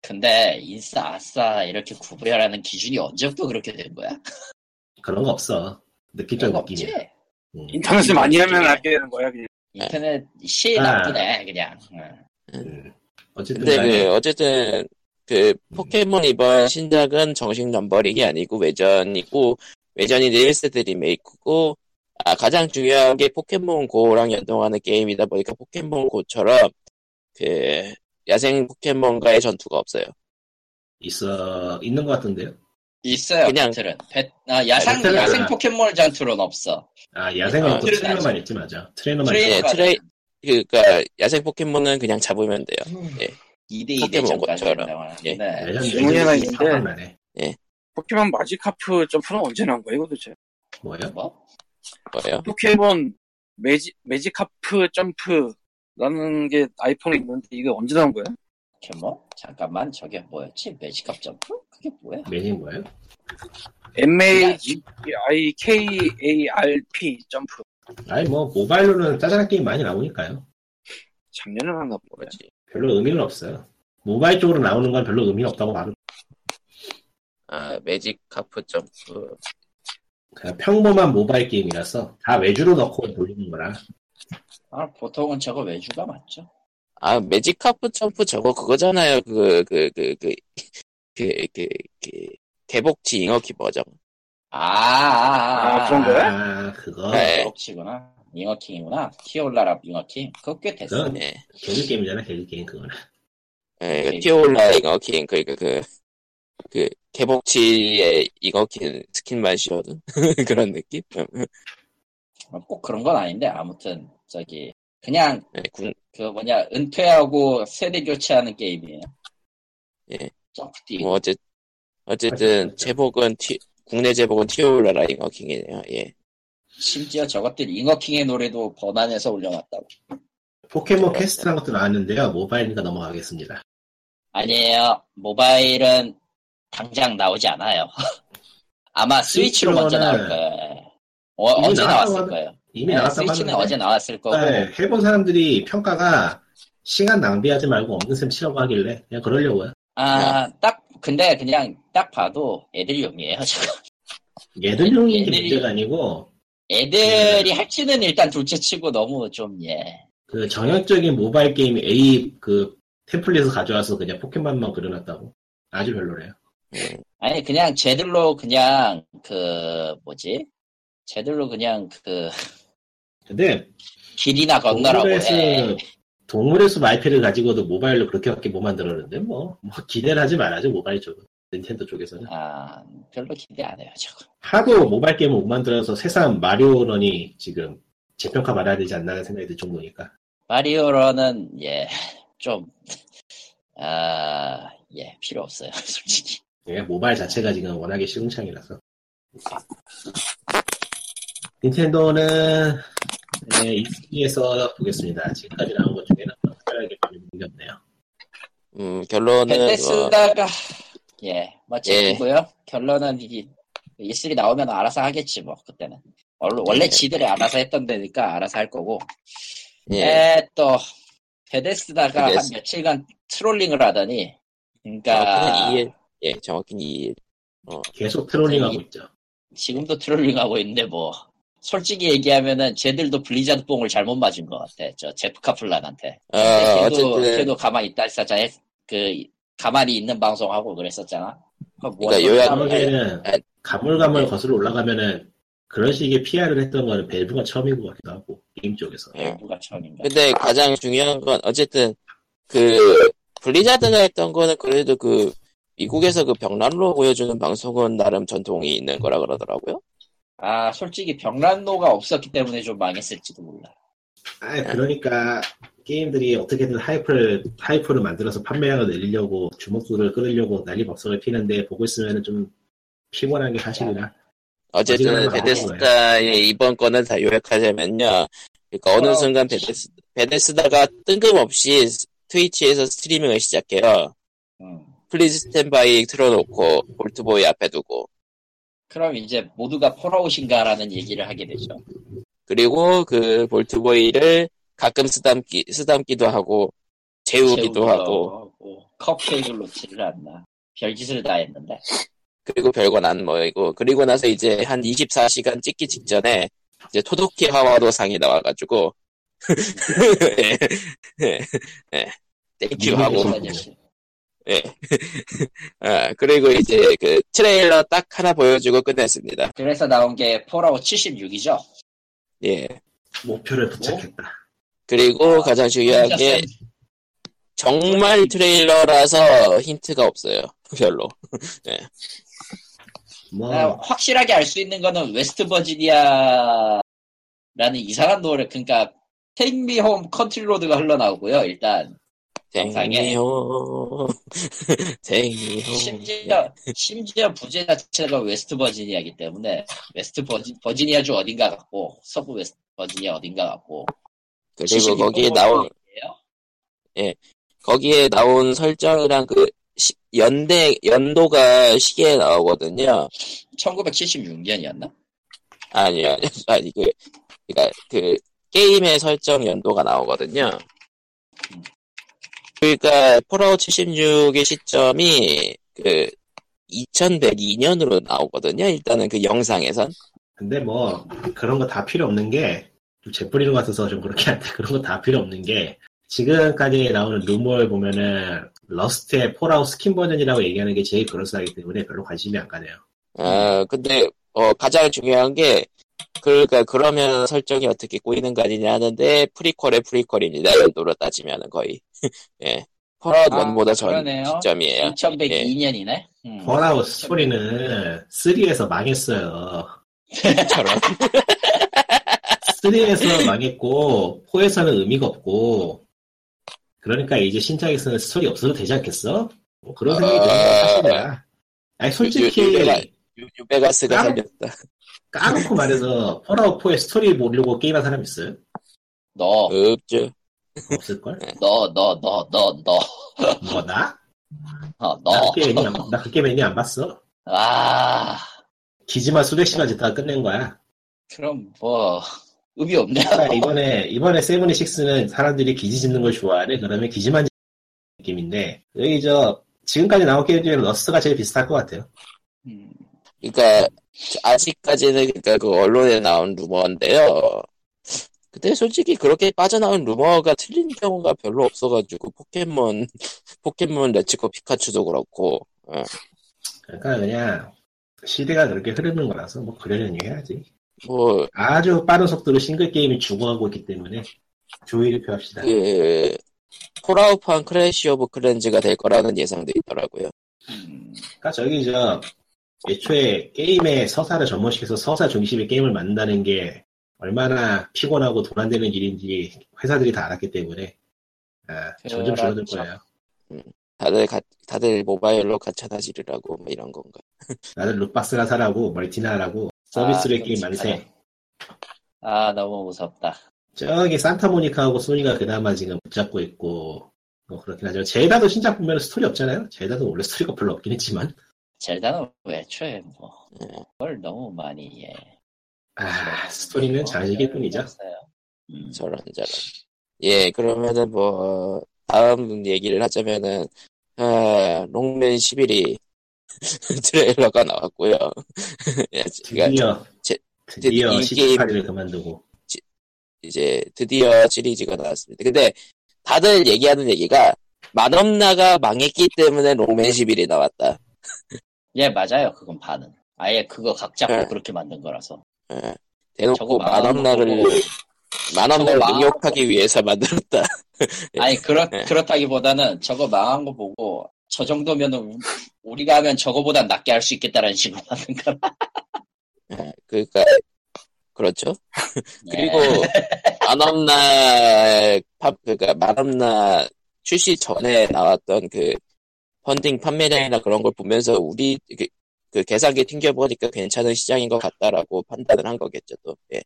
B: 근데 인싸, 아싸 이렇게 구별하는 기준이 언제부터 그렇게 된 거야?
D: 그런 거 없어.
B: 그런
D: 느낌적
B: 거 없지?
D: 느낌이야. 음.
C: 인터넷을 많이 하면 알게 되는 거야 그냥.
B: 인터넷 시
D: 아.
B: 나쁘네, 그냥. 응.
D: 음. 어쨌든,
A: 근데
D: 간에
A: 그 어쨌든 그 포켓몬 이번 신작은 정식 넘버링이 아니고 외전이고 외전인데 1세대 리메이크고 아 가장 중요한 게 포켓몬 고랑 연동하는 게임이다 보니까 포켓몬 고처럼 그 야생 포켓몬과의 전투가 없어요.
D: 있어, 있는 것 같은데요?
B: 있어요,
A: 그냥-
B: 배틀은. 배, 아, 야생,
D: 배틀은
B: 야생
D: 몰라.
B: 포켓몬 전투로는 없어.
D: 아, 야생은
A: 아,
D: 없고
B: 트레이너만
D: 트레이너만 있지, 맞아. 트레이너만
B: 트레이너-
D: 있지.
A: 예, 트레이 그러니까 야생 포켓몬은 그냥 잡으면 돼요.
B: 2대2
A: 포켓몬
B: 대전까지
A: 것처럼.
B: 한다고
A: 예.
B: 하는데.
D: 예전,
C: 중요한
D: 예전에
C: 있는데.
D: 사람 나네.
C: 포켓몬 마지카프 점프는 언제 나온 거야 이거 도대체?
D: 뭐요?
B: 뭐?
A: 뭐예요?
C: 포켓몬 매지 매지카프 점프라는 게 아이폰에 있는데 이게 언제 나온 거야?
B: 포켓몬? 잠깐만, 저게 뭐였지? 매직컵 점프? 그게 뭐야?
D: 매진 뭐예요?
C: M A G I K A R P 점프.
D: 아니, 뭐, 모바일로는 짜잘한 게임 많이 나오니까요.
C: 작년에 나왔나 보네.
A: 뭐지?
D: 별로 의미는 없어요. 모바일 쪽으로 나오는 건 별로 의미 없다고 봐도
A: 아 매직 카프 점프.
D: 그냥 평범한 모바일 게임이라서 다 외주로 넣고 돌리는 거라
B: 아, 보통은 저거 외주가 맞죠?
A: 아 매직 카프 점프 저거 그거잖아요. 그 그 그 그 그 그그 개복치 잉어키 버전.
B: 아, 아, 아,
C: 아, 그런 거야?
D: 아 그거
A: 네.
B: 럭치구나. 잉어킹이구나. 티올라라 잉어킹. 그거 꽤 됐어.
D: 그건
A: 네.
D: 개그 게임이잖아 개그 게임 그거는
A: 예,
B: 네.
A: 그 튀어올라 잉어킹 그러니까 그 그 개복치의 잉어킹 스킨만 씌워둔 그런 느낌. 음,
B: 어, 꼭 그런 건 아닌데, 아무튼, 저기, 그냥,
A: 예, 군
B: 그 뭐냐, 은퇴하고 세대 교체하는 게임이에요.
A: 예.
B: 점프띠.
A: 뭐 어쨌 어쨌든 제복은 튀 국내 제복은 튀어올라 잉어킹이네요. 예.
B: 심지어 저것들 잉어킹의 노래도 번안해서 올려놨다고.
D: 포켓몬 퀘스트라는 것도 나왔는데요 모바일이니까 넘어가겠습니다
B: 아니에요. 모바일은 당장 나오지 않아요. 아마 스위치로 먼저 나올
D: 스위치로는
B: 거예요. 어, 어제
D: 나왔다고
B: 나왔을
D: 하네.
B: 거예요.
D: 이미
B: 네,
D: 나왔다고
B: 스위치는
D: 하는데
B: 어제 나왔을 거고.
D: 네, 해본 사람들이 평가가 시간 낭비하지 말고 없는 셈 치라고 하길래 그냥 그러려고요
B: 아, 딱 근데 그냥 딱 봐도 애들용이에요. 저거.
D: 얘들용이
B: 얘들이-
D: 문제가 아니고
B: 애들이
D: 네.
B: 할지는 일단 둘째치고 너무 좀 예.
D: 그 전형적인 모바일 게임 A 그 템플릿을 가져와서 그냥 포켓몬만 그려놨다고 아주 별로래요.
B: 아니 그냥 쟤들로 그냥 그 뭐지? 쟤들로 그냥 그
D: 근데
B: 길이나 건너라고 예.
D: 동물의
B: 해.
D: 수 동물의 수 마이패를 가지고도 모바일로 그렇게밖에 못 만들었는데 뭐, 뭐 기대를 하지 말아죠 모바일 쪽은 닌텐도 쪽에서는
B: 아 별로 기대 안 해요 저거.
D: 하도 모바일 게임을 못 만들어서 세상 마리오런이 지금 재평가 받아야 되지 않나 라는 생각이 들 정도니까
B: 마리오로는 예, 예좀아예 필요 없어요 솔직히.
D: 예, 모바일 자체가 지금 워낙에 시궁창이라서 닌텐도는 네, E3에서 보겠습니다. 지금까지 나온 것 중에는 특별하게 보는 게 없네요.
A: 음,
D: 네,
A: 결론은 뭐,
B: 벤데스다가 예뭐
A: 예.
B: 재밌고요. 결론은 이 E3 나오면 알아서 하겠지 뭐 그때는. 원래- 원래
D: 네.
A: 예.
B: 지들이 알아서 했던 데니까 알아서 할 거고.
A: 예.
B: 에, 또, 베데스다가
A: 베데스-
B: 한 며칠간 트롤링을 하더니, 그러니까,
A: 정확히는 2일. 예, 정확히는 2일.
D: 계속
B: 네,
D: 트롤링하고 있죠.
B: 지금도 트롤링하고 있는데, 뭐, 솔직히 얘기하면은, 쟤들도 블리자드 뽕을 잘못 맞은 것 같아. 저, 제프 카플란한테.
A: 어,
B: 근데 걔도,
A: 어쨌든,
B: 걔도 가만히 있다 했었잖아. 했- 그, 가만히 있는 방송하고 그랬었잖아. 뭐
A: 그러니까 요약-
D: 나머지는
A: 아, 아.
D: 가물가물
A: 네.
D: 거슬러 올라가면은 그런 식의 PR을 했던 거는 벨브가 처음인 것 같기도 하고 게임 쪽에서
A: 예.
B: 누가 처음인가.
A: 근데 가장 중요한 건 어쨌든 그 블리자드가 했던 거는 그래도 그 미국에서 그 벽난로 보여주는 방송은 나름 전통이 있는 거라 그러더라고요.
B: 아, 솔직히 병란노가 없었기 때문에 좀 망했을지도 몰라.
D: 아 그러니까 게임들이 어떻게든 하이프를 하이프를 만들어서 판매량을 늘리려고 주목도를 끌으려고 난리법석을 피는데 보고 있으면은 좀 피곤한 게 사실이라
A: 어쨌든
D: 어지간한 거
A: 베데스다의 이번 거는 다 요약하자면요. 그러니까 어느
B: 어.
A: 순간 베데스, 베데스다가 뜬금없이 트위치에서 스트리밍을 시작해요.
B: 음.
A: 플리즈 스탠바이 틀어놓고 볼트보이 앞에 두고
B: 그럼 이제 모두가 폴아웃인가라는 얘기를 하게 되죠.
A: 그리고 그 볼트보이를 가끔 쓰담기 쓰담기도 하고 재우기도 하고
B: 컵케이크를 놓지를 않나 별짓을 다 했는데
A: 그리고 별건 안 모이고 그리고 나서 이제 한 24시간 찍기 직전에 이제 토도키 하와도 상이 나와가지고 예, 예, 예. 땡큐 하고
D: 미국에서.
A: 아, 그리고 이제 그 트레일러 딱 하나 보여주고 끝냈습니다
B: 그래서 나온 게 폴아웃 76이죠
A: 예
D: 목표를 도착했다.
B: 아,
A: 그리고 가장 중요한 게 정말 트레일러라서 힌트가 없어요 별로
D: 뭐
B: 아, 확실하게 알 수 있는 거는 웨스트 버지니아라는 이상한 노래 그러니까 택미 홈 컨트리 로드가 흘러나오고요 일단 영상에.
A: 댕이호 어, 댕이호
B: 심지어 심지어 부재 자체가 웨스트 버지니아이기 때문에 웨스트 버지, 버지니아주 어딘가 같고 서부 웨스트 버지니아 어딘가 같고
A: 그리고
B: 72
A: 거기에
B: 번호
A: 나온
B: 이에요.
A: 거기에 나온 설정이랑 그 시- 연대 연도가 시계에 나오거든요.
B: 1976년이었나?
A: 아니요, 아니요. 아니 그 그러니까 그 게임의 설정 연도가 나오거든요. 그러니까 폴아웃 76의 시점이 그 2102년으로 나오거든요. 일단은 그 영상에선
D: 근데 뭐 그런 거 다 필요 없는 게좀 재뿌리는 것 같아서 좀 그렇게 한데 그런 거 다 필요 없는 게 지금까지 나오는 루머에 보면은 러스트의 폴아웃 스킨 버전이라고 얘기하는 게 제일 그럴싸하기 때문에 별로 관심이 안 가네요.
A: 아, 근데 어, 가장 중요한 게 그러니까 그러면 설정이 어떻게 꼬이는 거 아니냐 하는데 프리퀄의 프리퀄입니다. 연도로 따지면은 거의 예. 폴아웃
B: 아,
A: 1보다 전
B: 그러네요.
A: 시점이에요.
B: 2102년이네. 음.
A: 음.
D: 폴아웃 스토리는 3에서 망했어요.
B: 네.
A: 저런.
D: 3에서 망했고 4에서는 의미가 없고 그러니까 이제 신작에서는 스토리 없어도 되지 않겠어? 뭐 그런 생각이 드는 게
A: 아.
D: 사실이야. 아니 솔직히
A: 요- 요- 요- 유- 유베가스가
D: 나는-
A: 살렸다.
D: 까놓고 말해서 폴아웃4의 스토리 모르고 게임한 사람 있어요?
B: 너,
A: 없죠.
D: 없을걸?
B: 너, 너, 너, 너, 너,
D: 뭐 나?
B: 어,
D: 나
B: 너.
D: 그 게임이 안, 나그 게임 애니 안 봤어
B: 아,
D: 기지만 수백 시간 짓다가 끝낸 거야
B: 그럼 뭐, 의미 없네.
D: 그러니까 이번에 이번에 세븐이 식스는 사람들이 기지 짓는 걸 좋아하네 그러면 기지만 짓는 느낌인데 여기 저 지금까지 나온 게임 중에 러스트가 제일 비슷할 것 같아요.
B: 음.
A: 그러니까 아직까지는 그러니까 그 언론에 나온 루머인데요. 근데 솔직히 그렇게 빠져나온 루머가 틀린 경우가 별로 없어가지고 포켓몬 포켓몬 레츠고 피카츄도 그렇고 어,
D: 그러니까 그냥 시대가 그렇게 흐르는 거라서 뭐 그러려니 해야지.
A: 뭐
D: 아주 빠른 속도로 싱글 게임이 죽어가고 있기 때문에 조의를 표합시다.
A: 그, 폴아웃판 크래시 오브 클렌즈가 될 거라는 예상도 있더라고요.
B: 음.
D: 그러니까 저기 저 애초에 게임의 서사를 접목시켜서 서사 중심의 게임을 만든다는 게 얼마나 피곤하고 돈 안 되는 일인지 회사들이 다 알았기 때문에 아, 점점 줄어들
B: 그렇죠.
D: 거예요.
A: 다들 가- 다들 모바일로 가차 다지르라고 뭐 이런 건가.
D: 나는 룩박스나 사라고 멀티나 하라고 서비스로 게임 만세.
B: 아 너무 무섭다.
D: 저기 산타모니카하고 소니가 그나마 지금 붙잡고 있고 뭐 그렇긴 하죠. 제다도 신작 보면 스토리 없잖아요. 제다도 원래 스토리가 별로 없긴 했지만
B: 젤다는 왜 애초에 뭐
A: 예.
B: 그걸 너무 많이 예.
D: 네. 아
A: 어,
D: 스토리는 장식일
A: 네.
D: 뿐이죠.
B: 없어요. 음.
A: 저런 저런. 예, 그러면은 뭐 어, 다음 얘기를 하자면은 아, 롱맨 11이 트레일러가 나왔고요. 예, 그러니까
D: 드디어
A: 제-
D: 드디어
A: 이 게임-
D: 18일을 그만두고
A: 이제 드디어 시리즈가 나왔습니다. 근데 다들 얘기하는 얘기가 만엄나가 망했기 때문에 롱맨 11이 나왔다.
B: 예 맞아요 그건 반은. 아예 그거 각 잡고
A: 네.
B: 그렇게 만든 거라서.
A: 예.
B: 저거
A: 대놓고 만엄나를
B: 망하고.
A: 만엄나를
B: 저거 망하고.
A: 능욕하기 위해서 만들었다.
D: 예.
B: 아니 그렇
A: 네.
B: 그렇다기보다는 저거 망한 거 보고 저 정도면은 우리가 하면 저거보다 낫게 할 수 있겠다라는 식으로 하는 거라.
A: 예, 그러니까 그렇죠.
B: 네.
A: 그리고 만엄나 팝 그러니까 만엄나 출시 전에 나왔던 그 펀딩 판매량이나 그런 걸 보면서 우리 그, 그 계산기 튕겨 보니까 괜찮은 시장인 것 같다라고 판단을 한 거겠죠 또. 예.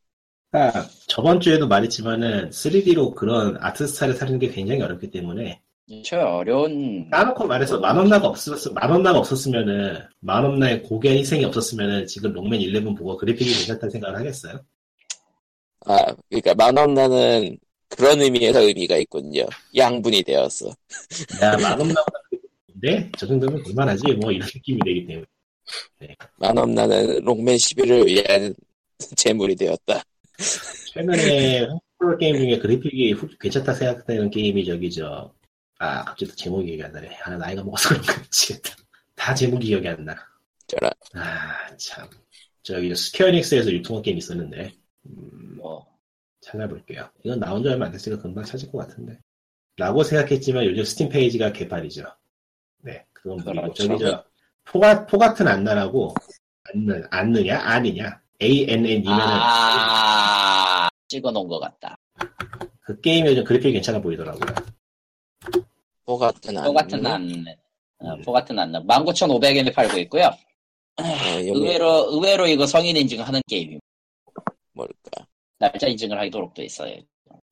D: 그러니까 저번 주에도 말했지만은 3D로 그런 아트 스타일을 사는 게 굉장히 어렵기 때문에
B: 저 어려운
D: 까놓고 말해서 만원나가 없었 만원나가 없었으면은 만원나의 고귀한 희생이 없었으면은 지금 롱맨 11 보고 그래픽이 괜찮다는 생각을 하겠어요.
A: 아, 그러니까 만원나는 그런 의미에서 의미가 있군요. 양분이 되었어.
D: 야 만원나가 근데 저 정도면 볼만하지 뭐 이런 느낌이 되기 때문에
A: 만원나는 롱맨 11을 위한 재물이 되었다.
D: 최근에 홈플러 게임 중에 그래픽이 후- 괜찮다 생각되는 게임이 저기 저 아, 갑자기 또 제목이 기억이 안 나네. 아, 나이가 먹어서 그런가 미치겠다. 다 제목이 기억이 안 나.
A: 저런.
D: 아, 참. 저기 스퀘어닉스에서 유통한 게임 있었는데. 음,
B: 뭐
D: 찾아볼게요. 이건 나온 지 얼마 안 됐으니까 금방 찾을 것 같은데. 라고 생각했지만 요즘 스팀 페이지가 개발이죠. 네, 그건
B: 그렇죠.
D: 뭐고 저기 저 포가 포같은 안나라고 안느 안느냐 아니냐 A N N 이면은
B: 아 찍어놓은 것 같다.
D: 그 게임이 요즘 그래픽이 괜찮아 보이더라고요.
A: 포 같은 음. 안.
B: 포 같은 안, 어, 포 같은 안, 19,500엔에 팔고 있고요.
A: 어, 여기
B: 의외로, 의외로 이거 성인 인증하는 게임입니다.
A: 뭘까?
B: 날짜 인증을 하도록 돼 있어요.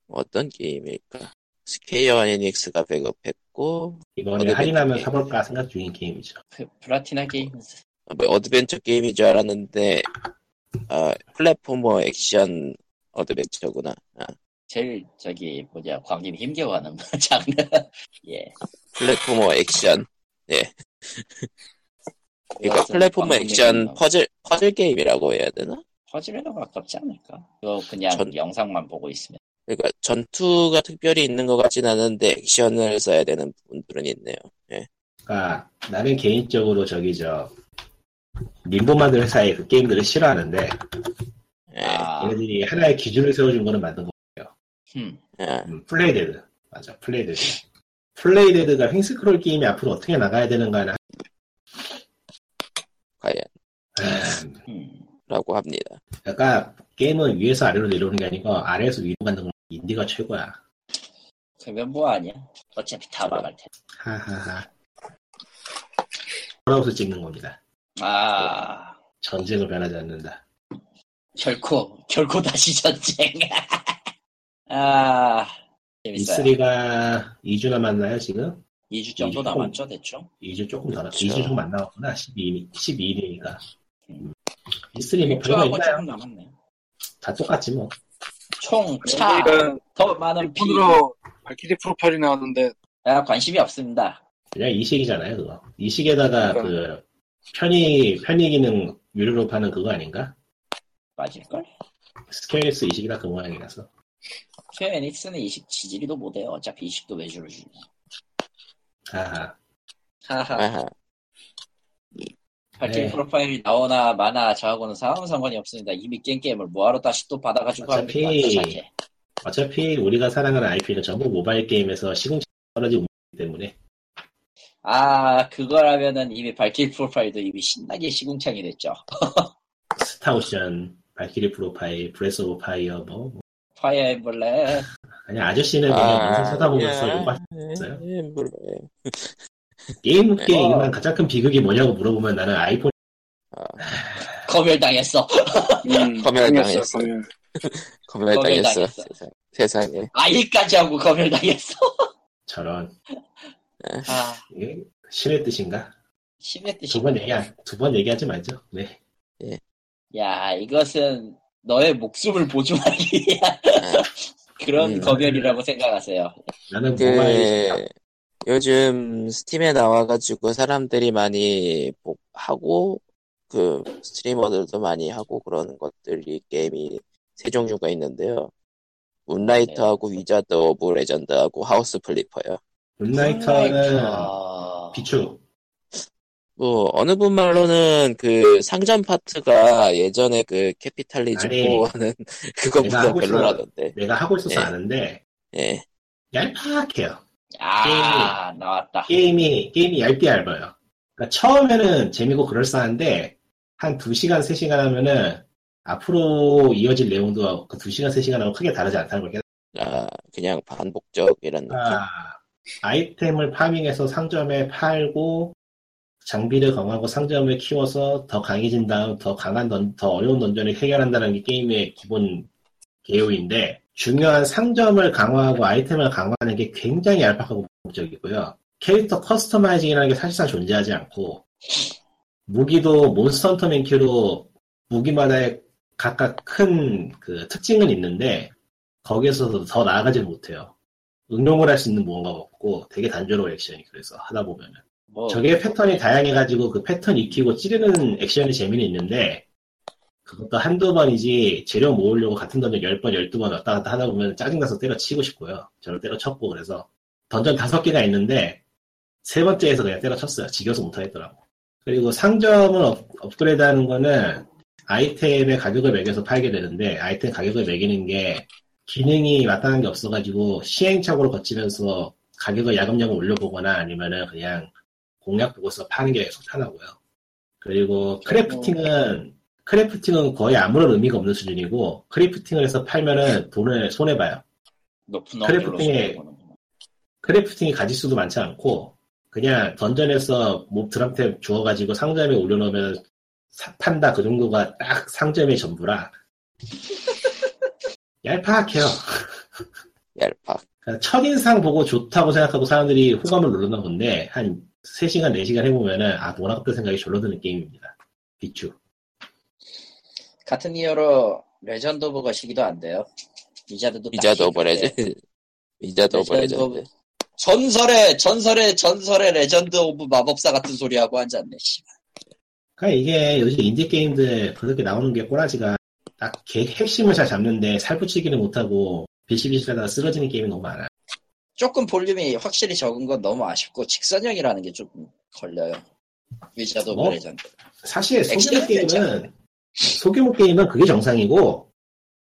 A: 어떤 게임일까? 스퀘어 에닉스가 백업했고
D: 이번에
A: 어디
D: 할인하면
A: 게임?
D: 사볼까 생각 중인 게임이죠.
B: 그 플라티나 게임즈.
A: 뭐 어드벤처 게임인 줄 알았는데 아, 플랫포머 액션 어드벤처구나. 아,
B: 제일, 저기, 뭐냐, 광님 힘겨워하는 장르. 예.
A: 플랫포머 액션. 예. 그러니까
B: 그것은
A: 플랫포머
B: 광님이
A: 액션
B: 그냥
A: 퍼즐 퍼즐 게임이라고 해야 되나?
B: 퍼즐에도 가깝지 않을까? 그거 그냥
A: 전-
B: 영상만 보고 있으면.
A: 그러니까 전투가 특별히 있는 것 같진 않은데 액션을 써야 되는 부분들은 있네요.
D: 그러니까 나는 개인적으로 저기 저 림보 만든 회사의 그 게임들을 싫어하는데
A: 예.
B: 아,
D: 얘네들이 하나의 기준을 세워준 거는 만든 거.
B: 흠.
A: 예.
D: 음, 플레이데드 맞아 플레이데드. 플레이데드가 횡스크롤 게임이 앞으로 어떻게 나가야 되는가는 하- 음,
B: 흠.
A: 과연라고 합니다.
D: 그러니까 게임은 위에서 아래로 내려오는 게 아니고 아래에서 위로 가는 건 인디가 최고야.
B: 그러면 뭐 아니야? 어차피 다 망할 텐데.
D: 하하하. 돌아오서 찍는 겁니다.
A: 네.
B: 아,
D: 전쟁은 변하지 않는다.
B: 결코, 결코 다시 전쟁. 아, 재밌어요.
D: E E3가 2주나 만나요 지금?
B: 2주 정도
D: 이주
B: 남았죠, 대충?
D: 2주 조금 더
A: 그렇죠.
D: 2주 조금 안 나왔구나. 12일, 12일이니까.
B: 음.
D: E3 뭐 별거
B: 일주하고
D: 있나요?
B: 조금 남았네.
D: 다 똑같지 뭐.
B: 총,
A: 그렇죠.
B: 차,
C: 그러니까
B: 더 많은 비.
C: 일본으로 발키리 프로파일이 나왔는데
B: 아, 관심이 없습니다.
D: 그냥 이식이잖아요, 그거. 이식에다가 그 편의 편의 기능 유료로 파는 그거 아닌가?
B: 맞을걸?
D: 스퀘어엑스 이식이라 그 모양이라서.
B: 스퀘어 에닉스는 이식 지지리도 못해요. 어차피 이식도 외주로 주냐.
D: 아,
B: 하하.
A: 아하.
B: 밝힌
D: 네.
B: 프로파일이 나오나 마나 저하고는 상황 상관이 없습니다. 이미 깬 게임을 뭐하러 다시 또 받아가지고
D: 어차피-
B: 합니까? 자체.
D: 어차피 우리가 사랑하는 IP는 전부 모바일 게임에서 시공차 떨어진 문제이기 때문에
B: 아 그거라면은 이미 밝힌 프로파일도 이미 신나게 시궁창이 됐죠.
D: 스타오션, 발키리 프로파일, 브레스 오브 파이어 뭐, 뭐.
B: 파이어 엠블렘
D: 아니 아저씨는 그냥 인생 쳐다보면서 욕받- 있어요?
A: 예, 물론.
D: 게임
A: 네.
D: 게임만 가장 큰 비극이 뭐냐고 물어보면 나는 아이폰
B: 검열당했어.
C: 음,
A: 검열
C: 당했어,
A: 당했어.
C: 검열.
A: 검열
B: 검열
A: 당했어.
B: 당했어.
A: 세상에. 아
B: 아일까지 하고 검열당했어.
D: 저런
B: 아
D: 이게 예, 그 신의 뜻인가?
B: 심의 뜻이.
D: 두 번 얘기 두 번 얘기하지 말죠. 네.
B: 야 이것은 너의 목숨을 보증하기 위한
D: 네.
B: 그런
A: 음.
B: 검열이라고 생각하세요.
D: 나는 모바일
A: 그 요즘 스팀에 나와가지고 사람들이 많이 보- 하고 그 스트리머들도 많이 하고 그런 것들이 게임이 세 종류가 있는데요. 문라이터하고
D: 네.
A: 위자드 오브 레전드하고 하우스 플리퍼요.
D: 문라이터는
B: 아,
D: 비추
A: 뭐 어느 분 말로는 그 상점 파트가 예전에 그 캐피탈리즘
D: 아니,
A: 보호하는 그거보다
D: 하고
A: 별로라던데.
D: 내가 하고 있어서
A: 네.
D: 아는데
A: 예.
D: 얄팍해요.
B: 아 나왔다.
D: 게임이 게임이 얇디 얇아요. 그러니까 처음에는 재미고 그럴싸한데 한 2시간 3시간 하면은 앞으로 이어질 내용도 그 2시간 3시간하고 크게 다르지 않다는 걸
A: 아, 그냥 반복적 이런 느낌.
D: 아, 아이템을 파밍해서 상점에 팔고 장비를 강화하고 상점을 키워서 더 강해진 다음 더 강한 던, 더 어려운 던전을 해결한다는 게 게임의 기본 개요인데 중요한 상점을 강화하고 아이템을 강화하는 게 굉장히 얄팍하고 목적이고요. 캐릭터 커스터마이징이라는 게 사실상 존재하지 않고 무기도 몬스터 헌터 맨키로 무기마다의 각각 큰 그 특징은 있는데 거기에서도 더 나아가지 못해요. 응용을 할 수 있는 무언가가 없고 되게 단조로워 액션이 그래서 하다 보면은
B: 뭐
D: 저게 패턴이 다양해가지고 그 패턴 익히고 찌르는 액션이 재미는 있는데 그것도 한두 번이지 재료 모으려고 같은 던전 10번 12번 왔다 갔다 하다 보면 짜증나서 때려치고 싶고요 저를 때려쳤고 그래서 던전 다섯 개가 있는데 세 번째에서 그냥 때려쳤어요 지겨서 못하겠더라고 그리고 상점을 업, 업그레이드 하는 거는 아이템의 가격을 매겨서 팔게 되는데 아이템 가격을 매기는 게 기능이 마땅한 게 없어가지고 시행착오를 거치면서 가격을 야금야금 올려보거나 아니면은 그냥 공략 보고서 파는 게 계속 편하고요. 그리고 크래프팅은 크래프팅은 거의 아무런 의미가 없는 수준이고 크래프팅을 해서 팔면은 돈을 손해 봐요.
B: 높은
D: 크래프팅에-
B: 확률로 보는구나.
D: 크래프팅이 가짓수도 많지 않고 그냥 던전에서 몹 드럼템 주워가지고 상점에 올려놓으면 사- 판다 그 정도가 딱 상점의 전부라 얄팍해요.
A: 얄팍.
D: 그러니까 첫인상 보고 좋다고 생각하고 사람들이 호감을 누르나 본데 한 3시간, 4시간 해보면은 아 뭐라 그때 생각이 졸로 드는 게임입니다. 비추.
B: 같은 이유로 레전드 오브 거시기도 안 돼요. 위자드도 딱
A: 위자드 오브
B: 시기인데.
A: 레전드. 위자드 오브
B: 레전드
A: 레전드.
B: 전설의 전설의 전설의 레전드 오브 마법사 같은 소리 하고 앉았네. 씨.
D: 그러니까 이게 요즘 인디 게임들 그렇게 나오는 게 꼬라지가 딱 개- 핵심을 잘 잡는데 살붙이기를 못하고 비실비실하다가 쓰러지는 게임이 너무 많아요.
B: 조금 볼륨이 확실히 적은 건 너무 아쉽고 직선형이라는 게 조금 걸려요. 위자드 오브
D: 뭐?
B: 레전드.
D: 사실 소규모
B: 액션은
D: 게임은 소규모 게임은 그게 정상이고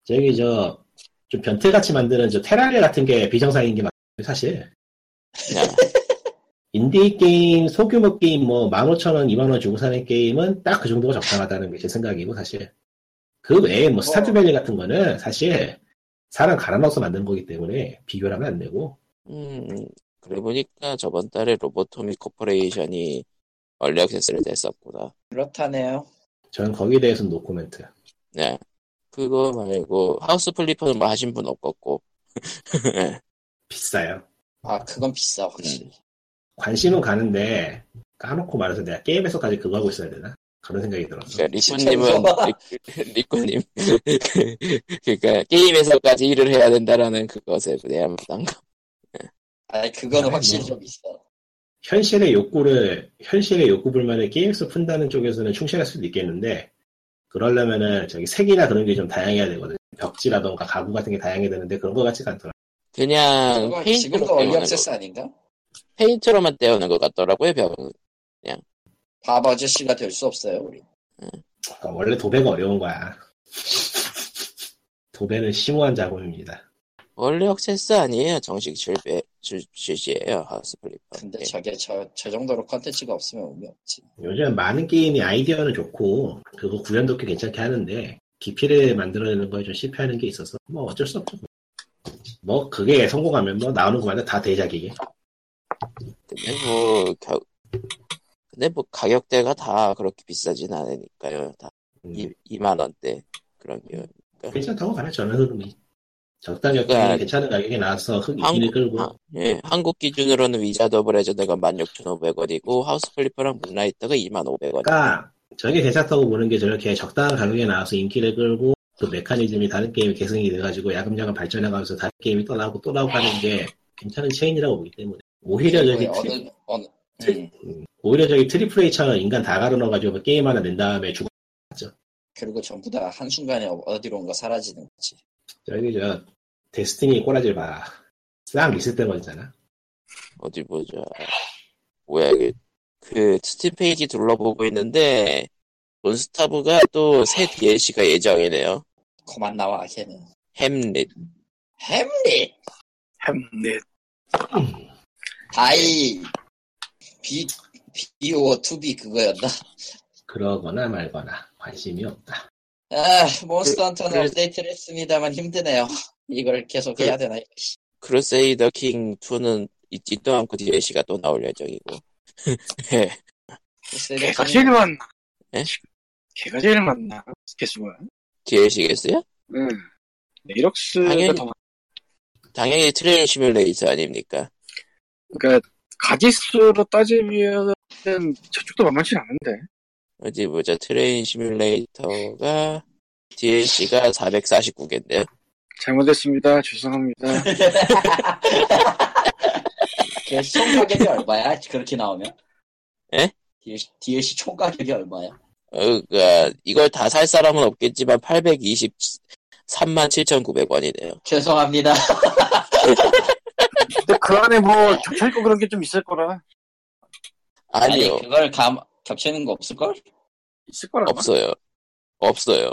D: 저기 저 좀 변태같이 만드는 저 테라리아 같은 게 비정상인 게 맞아요 사실 인디 게임 소규모 게임 뭐 15,000원 2만원 주고 사는 게임은 딱 그 정도가 적당하다는 게 제 생각이고 사실 그 외에 뭐 스타드밸리 같은 거는 사실 사람 갈아 넣어서 만든 거기 때문에 비교를 하면 안 되고
A: 음, 그래 보니까 저번 달에 로보토미 코퍼레이션이 얼리 액세스를 냈었구나.
B: 그렇다네요.
D: 저는 거기에 대해서는 노코멘트
A: 네. 그거 말고 하우스 플리퍼는 뭐 하신 분 없었고.
D: 비싸요
B: 아 그건 비싸 확실히.
D: 관심은 가는데 까놓고 말해서 내가 게임에서까지 그거 하고 있어야 되나? 그런 생각이 들었어.
A: 그러니까 리코님은
B: 무서워.
A: 리- 리코님 그러니까 게임에서까지 일을 해야 된다라는 그것에 대한 부담감.
B: 아니 그거는
D: 아니,
B: 확실히
D: 뭐.
B: 좀 있어.
D: 현실의 욕구를 현실의 욕구 불만을 게임에서 푼다는 쪽에서는 충실할 수도 있겠는데 그러려면은 저기 색이나 그런 게 좀 다양해야 되거든. 요 벽지라던가 가구 같은 게 다양해야 되는데 그런 거 같지가 않더라.
A: 그냥
B: 그거
A: 아, 페인트로
B: 지금도 얼리
A: 때우는
B: 액세스
A: 거,
B: 아닌가?
A: 페인트로만 때우는 것 같더라고요 벽은
B: 밥 아저씨가 될 수 없어요 우리.
D: 그러니까 원래 도배가 어려운 거야. 도배는 심오한 작업입니다.
A: 원래 억세스 아니에요 정식 출배 출, 출시예요 하우스플리퍼
B: 근데 저게 저, 저 정도로 컨텐츠가 없으면 의미 없지.
D: 요즘 많은 게임이 아이디어는 좋고 그거 구현도 꽤 괜찮게 하는데 깊이를 만들어내는 거에 좀 실패하는 게 있어서 뭐 어쩔 수 없죠. 뭐 그게 성공하면 뭐 나오는 것마다 다 대작이게.
A: 근데 뭐 겨, 근데 뭐 가격대가 다 그렇게 비싸진 않으니까요 다
D: 음,
A: 이 2만 원대 그런 게
D: 괜찮다고 가네 저는 흐름이. 적당히
A: 그러니까
D: 적당히 괜찮은 가격에 나와서 흑
A: 한국-
D: 이를 끌고
A: 아, 예, 한국 기준으로는 위자 더블 레전드가 16,500원이고 하우스플리퍼랑 문라이터가 2,500원.
D: 그러니까 저게 괜찮다고 보는 게 저렇게 적당한 가격에 나와서 인기를 끌고 그 메커니즘이 다른 게임에 계승이 돼가지고 야금야금 발전해가면서 다른 게임이 또 나오고 또 나오고 하는 게 괜찮은 체인이라고 보기 때문에
A: 네,
D: 오히려 저기
B: 그리고
D: 트리,
B: 어느 어느
D: 트리-
B: 음,
D: 오히려 저기 트리플 A처럼 인간 다 가로 넣어가지고 게임 하나 낸 다음에 죽어
B: 그리고 전부 다한 순간에 어디론가 사라지는 거지.
D: 저기 저 데스티니 꼬라질 봐싹 리셋 돼버리잖아
A: 어디 보자. 뭐야, 이게. 그 스팀 페이지 둘러보고 있는데 몬스타브가 또 새 DLC가 예정이네요.
B: 그만 나와 걔는.
A: 햄릿.
B: 햄릿,
C: 햄넷
B: 다이, 비 비오 투비 그거였나?
D: 그러거나 말거나 관심이 없다
B: 아 몬스터 헌터는
A: 그래- 그,
B: 업데이트를 했습니다만 힘드네요. 이걸 계속 해야 되나?
A: 크루세이더 킹 2는 있지도 않고 DLC가 또 나올 예정이고. 예. 네,
C: 걔가 제일 많나?
A: 예?
C: 걔가 제일 많나? 개수가?
A: DLC겠어요?
C: 응. 네이럭스가
A: 당연히-
C: 더 많.
A: 당연히 트레인 시뮬레이터 아닙니까?
C: 그러니까 가지수로 따지면 저쪽도 만만치 않은데.
A: 어디 보자. 트레인 시뮬레이터가 DLC가 449개인데요.
C: 잘못했습니다. 죄송합니다.
B: 걔 총가격이 얼마야? 그렇게 나오면?
A: 에?
B: DLC, DLC 총가격이 얼마야?
A: 어, 그니까, 이걸 다 살 사람은 없겠지만, 823만 7,900원이네요.
B: 죄송합니다.
C: 근데 그 안에 뭐 겹쳐있고 그런 게 좀 있을 거라.
A: 아니요,
B: 그걸 감, 겹치는 거 없을걸?
C: 있을 거라.
A: 없어요. 없어요.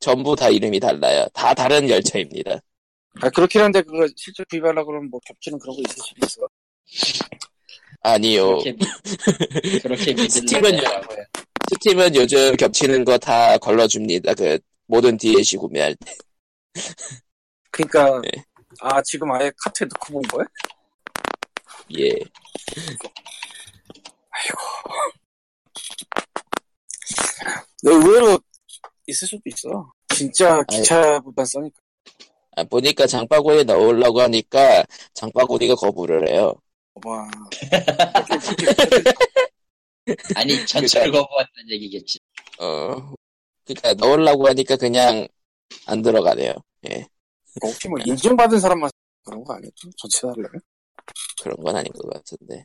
A: 전부 다 이름이 달라요. 다 다른 열차입니다.
C: 아, 그렇긴 한데 그거 실제 구입하려고 그러면 뭐 겹치는 그런 거 있을 수도 있어.
A: 아니요.
B: 그렇게, 믿- 그렇게
A: 스팀은요?
B: 믿으려고요.
A: 스팀은 요즘 겹치는 거 다 걸러줍니다. 그, 모든 DLC 구매할 때.
C: 그러니까
A: 네.
C: 아 지금 아예 카트에 넣고 본 거야?
A: 예.
C: 네, 의외로 있을 수도 있어. 진짜 기차보다 싸니까.
A: 아, 보니까 장바구니에 넣으려고 하니까, 장바구니가 거부를 해요.
C: 봐.
B: 아니, 전철 거부한다는 얘기겠지.
A: 어. 그니까, 넣으려고 하니까 그냥, 안 들어가네요. 예.
C: 혹시 뭐 인증받은 사람만 그런 거 아니겠죠? 전체 다 하려면?
A: 그런 건 아닌 것 같은데.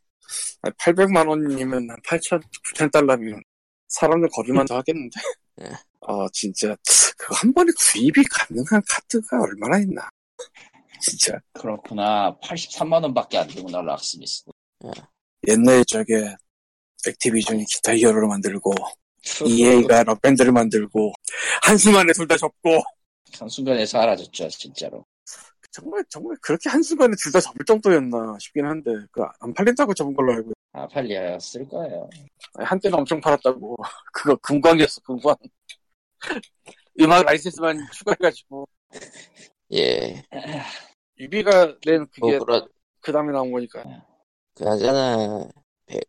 C: 아니, 800만 원이면 한 8천, 9천 달러면 사람들 거리만 더 하겠는데.
A: 네.
C: 아 진짜 그거 한 번에 구입이 가능한 카드가 얼마나 있나? 진짜
B: 그렇구나. 83만원 밖에 안 되구나, 락스미스.
C: 옛날에 저게 액티비전이 기타 히어로를 만들고
B: 그렇죠.
C: EA가 럭밴드를 만들고 한순간에 둘 다 접고
B: 그 한순간에 사라졌죠, 진짜로.
C: 정말 정말 그렇게 한순간에 둘 다 접을 정도였나 싶긴 한데 그 안 팔린다고 접은 걸로 알고
B: 아, 팔렸을 거예요.
C: 아니, 한때는 엄청 팔았다고 그거 금광이었어 금광 음악 라이센스만 추가해가지고
A: 예.
C: 유비가 낸
A: 뭐,
B: 어,
C: 그게
A: 그런,
C: 그 다음에 나온 거니까
B: 네.
A: 그나저나 배-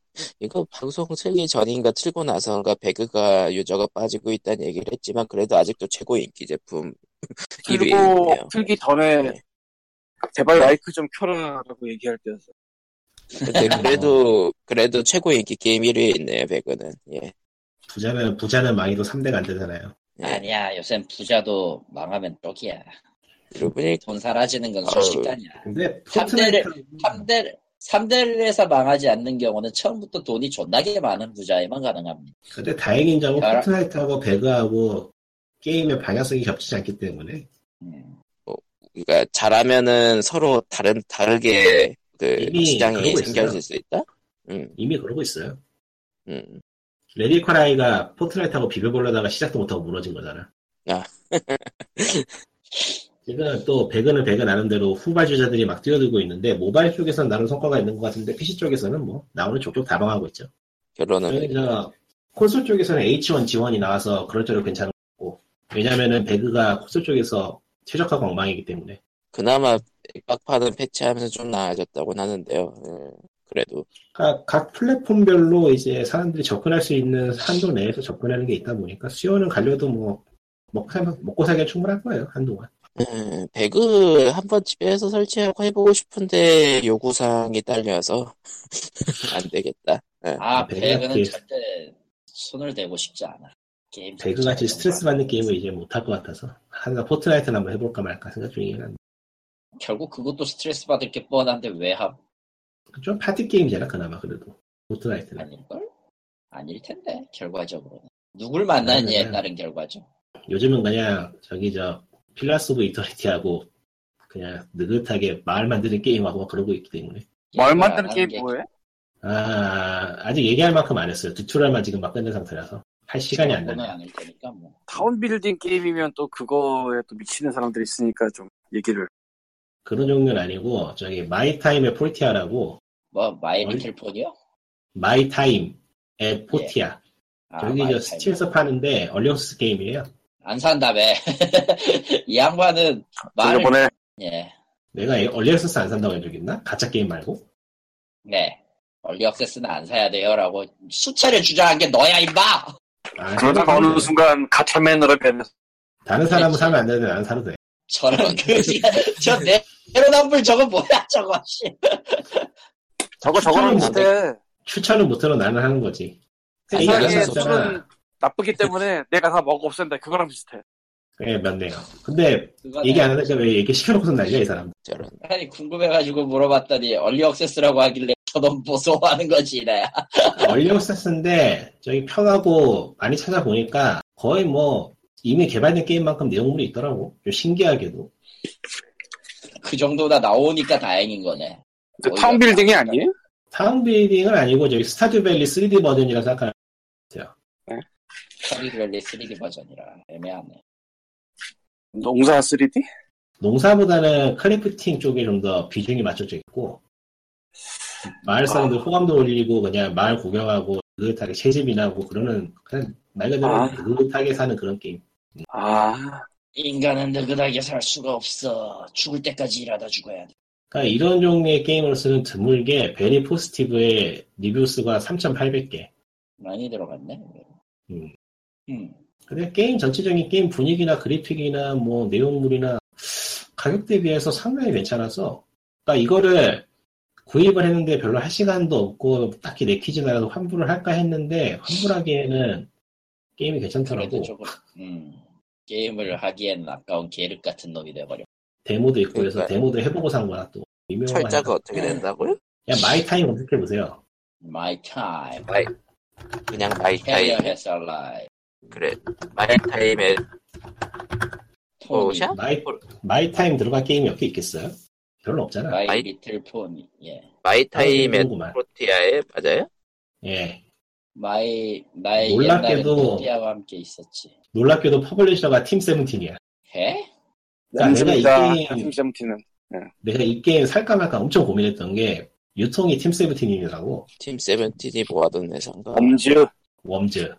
A: 이거 방송 틀기 전인가 틀고 나서인가 배그가 유저가 빠지고 있다는 얘기를 했지만 그래도 아직도 최고 인기 제품 1위네요.
C: 그리고 틀기 전에
A: 네.
C: 제발 마이크 좀 켜라라고 얘기할 때였어
A: 근데 그래도 그래도 최고 인기 게임 1위에 있네요 배그는. 예.
D: 부자는 부자는 망해도 3대가 안 되잖아요
A: 예.
B: 아니야, 요샌 부자도 망하면 떡이야.
A: 그러고 보니
B: 돈 사라지는 건
A: 아유.
B: 순식간이야.
D: 근데
B: 삼대를-
D: 포트나이트
B: 3대를, 3대를 해서 망하지 않는 경우는 처음부터 돈이 존나게 많은 부자에만 가능합니다.
D: 근데 다행인 점은
B: 알아.
D: 포트나이트하고 배그하고 게임의 방향성이 겹치지 않기 때문에
B: 음.
A: 그러니까 잘하면은 서로 다른 다르게 그
D: 이미
A: 시장이
D: 그러고
A: 생겨질 수 있다. 음,
D: 이미 그러고 있어요.
A: 음.
D: 레디컬아이가 포트나이트하고 비벼보려다가 시작도 못하고 무너진 거잖아.
A: 아.
D: 지금 또 배그는 배그 나름대로 후발 주자들이 막 뛰어들고 있는데 모바일 쪽에서는 나름 성과가 있는 것 같은데 PC 쪽에서는 뭐 나오는 쪽쪽 다 망하고 있죠.
B: 네.
D: 저희
A: 결론은
D: 저 콘솔 쪽에서는 H1 지원이 나와서 그럴저럴 괜찮은 것 같고 왜냐면은 배그가 콘솔 쪽에서 최적화 엉망이기 때문에
A: 그나마 빡파는 패치하면서 좀 나아졌다고 하는데요. 음, 그래도
D: 그러니까 각 플랫폼별로 이제 사람들이 접근할 수 있는 한도 내에서 접근하는 게 있다 보니까 수요는 갈려도 뭐 먹고, 살- 먹고 살기엔 충분할 거예요 한동안
A: 음, 배그 한번 집에서 설치하고 해보고 싶은데 요구사항이 딸려서 안 되겠다.
B: 아,
D: 배그가
B: 배그는
D: 그-
B: 절대 손을 대고 싶지 않아. 게임 자체가
D: 배그같이 스트레스 받는 게임을 이제 못 할 것 같아서 하나 포트나이트나 한번 해볼까 말까 생각 중이긴 한데
B: 결국 그것도 스트레스 받을 게 뻔한데 왜 함?
D: 좀 파티 게임이잖아 그나마 그래도 포트나이트는
B: 아닐걸? 아닐 텐데 결과적으로는 누굴 만나느냐에
D: 그러면은-
B: 따른 결과죠.
D: 요즘은 그냥 저기 저 필라스 오브 이터리티하고 그냥 느긋하게 마을 만드는 게임하고 막 그러고 있기 때문에
C: 뭘
B: 게임을
C: 뭐 만드는
B: 네, 안 하는
C: 게임
B: 게
C: 뭐예요?
D: 아 아직 얘기할 만큼 안 했어요 튜토리얼만 지금 막 끝낸 상태라서 할 시간이 안
B: 결과는
D: 나요
B: 아닐 테니까 뭐.
C: 타운빌딩 게임이면 또 그거에 또 미치는 사람들이 있으니까 좀 얘기를
D: 그런 종류는 아니고 저기 마이타임의 폴티아라고
B: 뭐
D: 어이.
B: 마이리틀 폰이요?
D: 마이타임의 폴티아
B: 아,
D: 저기
B: 마이
D: 저
B: 타임.
D: 스팀에서 파는데 얼리언스 게임이에요
B: 안 산다며. 이 양반은 말을
C: 저번에
B: 예.
D: 내가 얼리언스 안 산다고 한 적 있나? 가짜 게임 말고
B: 네. 얼리 억세스는 안 사야 돼요라고 수차례 주장한 게 너야 임마.
D: 아,
C: 그러다가 어느 순간 가차맨으로 변해서
D: 다른
B: 예.
D: 사람은 사면 안 되는데 나는 사도 돼 아,
B: 저런 그저 내로남불 저거 뭐야 저거 씨.
C: 저거 저거랑
D: 추천은
C: 비슷해
D: 추천을 못하러 나는 하는 거지 게임 안
C: 세상에
A: 알아서
D: 샀잖아
C: 술은 나쁘기 때문에 내가 다 먹어 없앤다 그거랑 비슷해
D: 예, 맞네요 근데
B: 그거는
D: 얘기 안 하니까 왜 얘기 시켜놓고선 난리야 이 사람
A: 저런
B: 아니 궁금해가지고 물어봤더니 얼리 억세스라고 하길래 저놈 보소하는 거지 네. 나야.
D: 얼리어스인데 저기 편하고 많이 찾아보니까 거의 뭐 이미 개발된 게임만큼 내용물이 있더라고 좀 신기하게도
B: 그 정도나 나오니까 다행인 거네.
C: 근데
B: 오히려
C: 그 타운빌딩이 아니에요?
D: 타운빌딩은 아니고 저기 스타듀밸리 3D 버전이라 생각하는
B: 스타리밸리 3D 버전이라 애매하네.
C: 농사 3D?
D: 농사보다는 클래프팅 쪽에 좀 더 비중이 맞춰져 있고 마을 사람들 호감도 올리고 그냥 마을 구경하고 느긋하게 채집이나 하고 그러는 그냥 말 그대로
C: 아.
D: 느긋하게 사는 그런 게임
C: 아
B: 인간은 느긋하게 살 수가 없어. 죽을 때까지 일하다 죽어야 돼.
D: 그러니까 이런 종류의 게임으로서는 드물게 베리 포스티브의 리뷰 수가 3,800개
B: 많이 들어갔네.
D: 음.
B: 음.
D: 근데 게임 전체적인 게임 분위기나 그래픽이나 뭐 내용물이나 가격 대비해서 상당히 괜찮아서 그러니까 이거를 구입을 했는데 별로 할 시간도 없고 딱히 내키진 않아서 환불을 할까 했는데 환불하기에는 게임이
B: 그래도
D: 괜찮더라고
B: 조금 음. 게임을 하기엔 아까운 계륵 같은 놈이 돼버려.
D: 데모도 있고 그래서
A: 그러니까요.
D: 데모도 해보고 산 거라 또 유명한
A: 철자가 어떻게 된다고요?
D: 야 마이타임 검색해보세요
B: My time.
A: 마이 그냥
B: Hell
A: 마이타임
B: has a lie.
A: 그래 마이타임의
B: 토니.
A: 어, 오샤?
D: 마이, 마이타임 들어간 게임이 몇 개 있겠어요? 별로 없잖아
B: My
A: 마이-
B: little pony. 예.
A: 마이타임의
D: 그거구만.
A: 프로티아에 맞아요?
D: 예
B: My 나의 옛날에
D: 놀랍게도-
B: 토끼와 함께 있었지.
D: 놀랍게도 퍼블리셔가 팀 세븐틴이야
B: 해?
D: 그러니까 내가 이 게임
C: 팀 세븐틴은
D: 내가 이 게임 살까 말까 엄청 고민했던 게 유통이 팀세븐틴이라고
A: 팀 세븐틴이 모아둔 회사인가?
C: 엄즈
D: 웜즈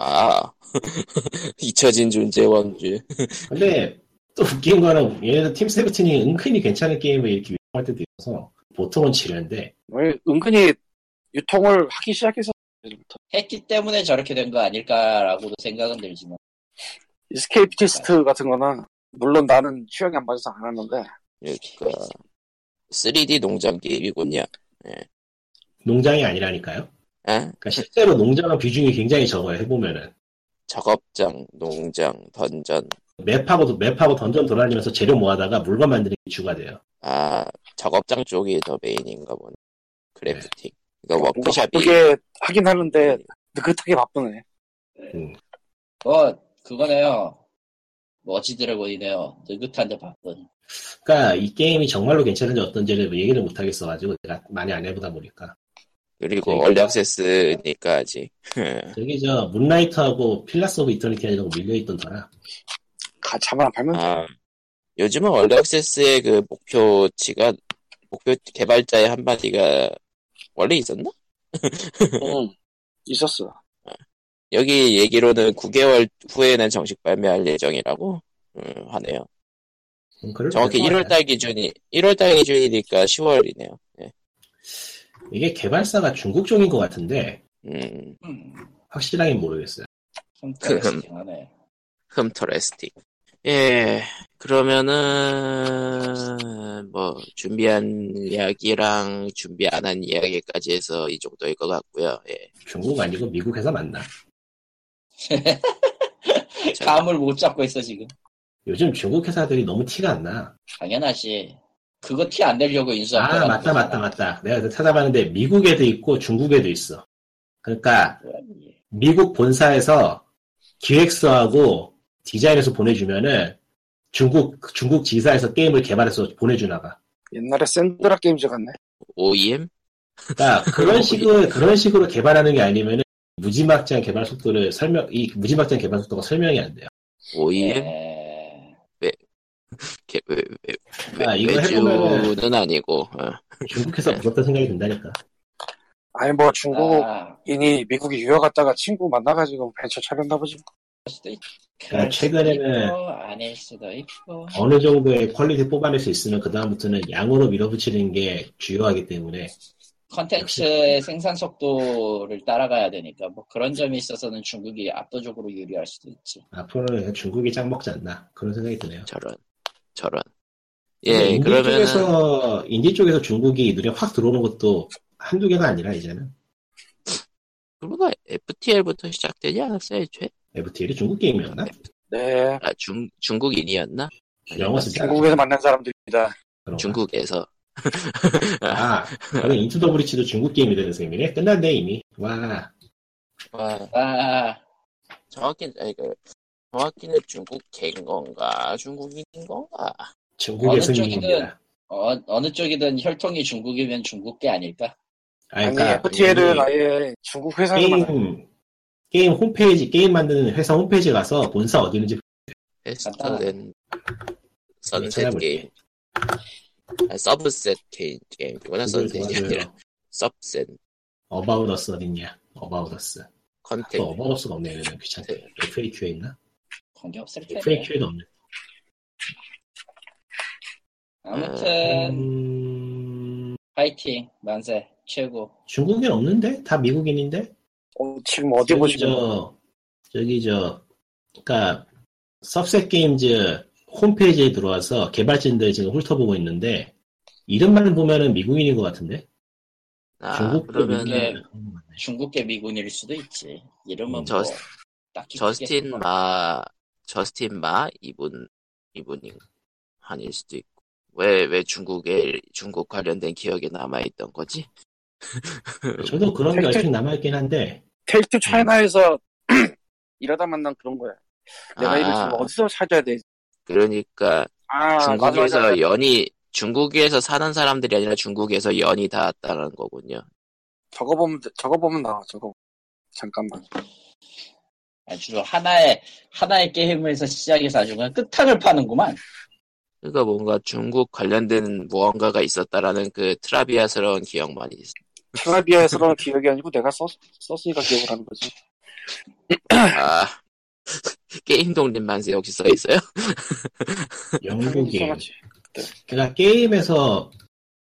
A: 아 잊혀진 존재 원주
D: 근데 또 웃긴 거는 얘네들 팀세븐틴이 은근히 괜찮은 게임을 이렇게 유통할 때도 있어서 보통은 지뢰인데
C: 왜 은근히 유통을 하기 시작해서 예전부터.
B: 했기 때문에 저렇게 된 거 아닐까라고도 생각은 들지만.
D: 네.
C: 스케이피티스트 같은 거나 물론 나는 취향이 안 맞아서 안 하는데
A: 그러니까 3D 농장 게임이군요.
D: 농장이 아니라니까요
A: 아,
D: 그러니까 실제로 농장은 비중이 굉장히 적어요 해보면은
A: 작업장, 농장, 던전.
D: 맵하고 맵하고 던전 돌아다니면서 재료 모아다가 물건 만드는 게 주가 돼요
A: 아 작업장 쪽이 더 메인인가 보네. 그래프팅. 그러니까
C: 뭔가
A: 워크샵이
C: 바쁘게 하긴 하는데 느긋하게 바쁘네.
B: 어, 그거네요. 워치 드래곤이네요. 느긋한데 바쁜.
D: 그러니까 이 게임이 정말로 괜찮은지 어떤지를 뭐 얘기를 못 하겠어가지고 내가 많이 안 해보다 보니까
A: 그리고 얼리 액세스니까 아직.
D: 저기 저 문라이트하고 필라스 오브 이터니티 이라고 밀려있던 더라
C: 가, 잡아라 팔면 돼.
A: 아, 요즘은 얼리 액세스의 그 목표치가 목표 개발자의 한마디가 원래 있었나?
C: 응. 있었어.
A: 여기 얘기로는 9개월 후에는 정식 발매할 예정이라고 음, 하네요.
D: 음, 그럴
A: 정확히
D: 거야.
A: 1월달 기준이 1월달 기준이니까 10월이네요.
D: 이게 개발사가 중국 쪽인 것 같은데
A: 음,
B: 음,
D: 확실하게 모르겠어요
B: 흠터레스팅 하네.
A: 흠터레스틱. 예, 그러면은 뭐 준비한 이야기랑 준비 안 한 이야기까지 해서 이 정도일 것 같고요. 예,
D: 중국 아니고 미국 회사 맞나
A: 자,
B: 감을 못 잡고 있어, 지금.
D: 요즘 중국 회사들이 너무 티가 안나
B: 당연하지. 그거 티 안 내려고 인수한
D: 아
B: 거라는
D: 맞다 맞다
B: 거잖아.
D: 맞다 내가 그때 찾아봤는데 미국에도 있고 중국에도 있어 그러니까
B: 그러니.
D: 미국 본사에서 기획서하고 디자인해서 보내주면은 중국 중국 지사에서 게임을 개발해서 보내주나 봐
C: 옛날에 샌드라 게임즈 같네.
A: OEM
D: 그러니까 그런 식으로 그런 식으로 개발하는 게 아니면은 무지막지한 개발 속도를 설명 이 무지막지한 개발 속도가 설명이 안 돼요. 네.
A: OEM
B: 예.
A: 개- 왜- 왜- 왜-
D: 아, 이거 해보면은-
A: 외주는 아니고 어.
D: 중국에서 무섭다 생각이 든다니까.
C: 아니 뭐
B: 아,
C: 중국인이 미국에 유학 갔다가 친구 만나가지고 벤처 차렸나 보지.
B: 그럴 수도 있-
D: 그러니까 최근에는-
B: 수도 있고, 아닐 수도 있고.
D: 어느 정도의 퀄리티 뽑아낼 수 있으면 그 다음부터는 양으로 밀어붙이는 게 주요하기 때문에
B: 컨텐츠의 생산 속도를 따라가야 되니까 뭐 그런 점이 있어서는 중국이 압도적으로 유리할 수도 있지.
D: 앞으로는 그냥 중국이 짱 먹지 않나 그런 생각이 드네요.
A: 저런 저런
D: 근데
A: 예
D: 인디
A: 그러면 은
D: 쪽에서 인디 쪽에서 중국이 눈에 확 들어오는 것도 한두 개가 아니라 이제는
A: 그러가 FTL부터 시작되지 않았어요 애초에
D: FTL이 중국 게임이었나?
C: 네.
A: 아, 중, 중국인이었나
D: 영어 쓰지 않아?
C: 중국에서 만난 사람들입니다.
D: 그런가?
A: 중국에서
D: 아, 그럼 인투 더 브리치도 중국 게임이 되는 셈이네. 끝났네 이미. 와.
A: 와
B: 아,
A: 정확히 아니, 그, 정확히는 중국 개인 건가 중국인 건가
D: 중국의
B: 어느
D: 승리입니다.
B: 어, 어느 쪽이든 혈통이 중국이면 중국 게 아닐까?
D: 아니,
C: 아니
D: 그러니까
C: FTL은
D: 이
C: 아예 중국 회사에서 만난.
D: 게임 게임 홈페이지 게임 만드는 회사 홈페이지 가서 본사 어디 있는지
A: 베스트된 선셋
D: 찾아볼게.
A: 게임 아, 서브셋 게임 게임이구나
D: 그걸
A: 선셋이 아니라
D: 도와줘요.
A: 서브셋
D: 어바웃 어스 어딨냐? 어바웃 어스.
A: 컨텐츠
D: 또 어바웃 어스가 없네. 얘는 귀찮대. FAQ에 있나?
B: 관계 없을 텐데.
D: FAQ에도 없네.
B: 아무튼
D: 음,
B: 파이팅 만세 최고.
D: 중국인 없는데? 다 미국인인데?
C: 어, 지금 어디
D: 저기
C: 보시면
D: 저, 저기 저 그러니까 섭셋 게임즈 홈페이지에 들어와서 개발진들 지금 훑어보고 있는데 이름만 보면은 미국인인 것 같은데?
A: 아,
D: 중국도
A: 그러면은
B: 이게
D: 미국인이라는 거 같네.
B: 중국계 미군일 수도 있지. 이름은
D: 음,
B: 뭐
A: 저스-
B: 딱히
A: 저스틴
B: 크게
A: 마 저스틴 마 이분 이분이 아닐 수도 있고 왜 왜 중국에 중국 관련된 기억이 남아 있던 거지?
D: 저도 그런 게
C: 팩트-
D: 얼핏 남아있긴 한데
C: 테이크 차이나에서 이러다 만난 그런 거야. 내가
A: 아.
C: 이를 지금 어디서 찾아야 되지?
A: 그러니까
C: 아
A: 중국에서
C: 맞아, 맞아.
A: 연이 중국에서 사는 사람들이 아니라 중국에서 연이 닿았다는 거군요.
C: 저거 보면 저거 보면 나와 저거. 잠깐만.
B: 아니, 주로 하나의 하나의 게임에서 시작해서 아주 그냥 끝판을 파는구만.
A: 그러니까 뭔가 중국 관련된 무언가가 있었다라는 그 트라비아스러운 기억만 있어.
C: 트라비아에서는 기억이 아니고 내가 썼, 썼으니까 기억을 하는 거지.
A: 아 게임 독립 만세 역시 써 있어요?
D: 영국 게임
C: 써놨지.
D: 그러니까 게임에서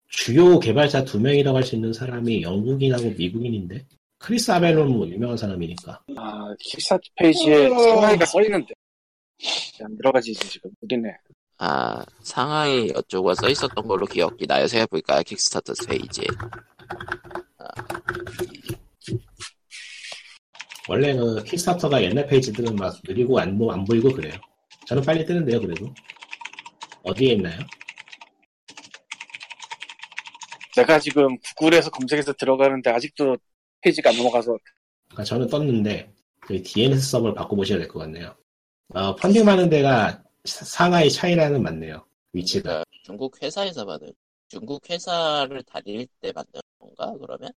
D: 주요 개발자 두 명이라고 할 수 있는 사람이 영국인하고 미국인인데 크리스 아벨론 뭐 유명한 사람이니까
C: 아, 킥스타트 페이지에
B: 어.
C: 상하이가 써있는데. 안 들어가지, 이제 지금. 느리네.
A: 아 상하이 어쩌고 써 있었던 걸로 기억이 나요. 생각해보니까 킥스타터 페이지.
D: 원래 그 킥스타터가 옛날 페이지들은 막 느리고 안, 보- 안 보이고 그래요 저는 빨리 뜨는데요 그래도 어디에 있나요?
C: 내가 지금 구글에서 검색해서 들어가는데 아직도 페이지가 안 넘어가서
D: 그러니까 저는 떴는데 그 저희 DNS 서버를 바꿔보셔야 될 것 같네요. 어, 펀딩하는 데가 사- 상하이 차이라는 맞네요. 위치가.
A: 중국 회사에서 받은 중국 회사를 다닐 때 만든 건가 그러면?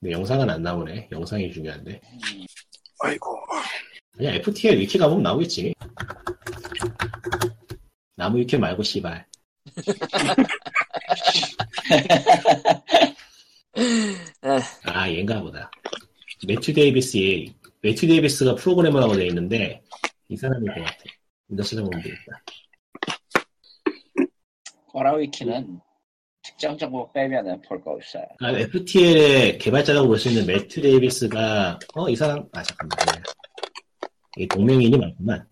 D: 근데 영상은 안 나오네. 영상이 중요한데.
B: 음.
C: 아이고
D: 그냥 FTL 위키 가보면 나오겠지. 나무 위키 말고 씨발. 아 얘인가 보다. 매튜 데이비스의 매튜 데이비스가 프로그래머라고 돼 있는데 이 사람일 것 같아. 인더스트리 몬드 있다.
B: 호라위키는 특정 정보 빼면은 볼 거 없어요.
D: 아, FTL의 개발자라고 볼 수 있는 매튜 데이비스가 어 이 사람 아 잠깐만 이 동명인이 맞구만.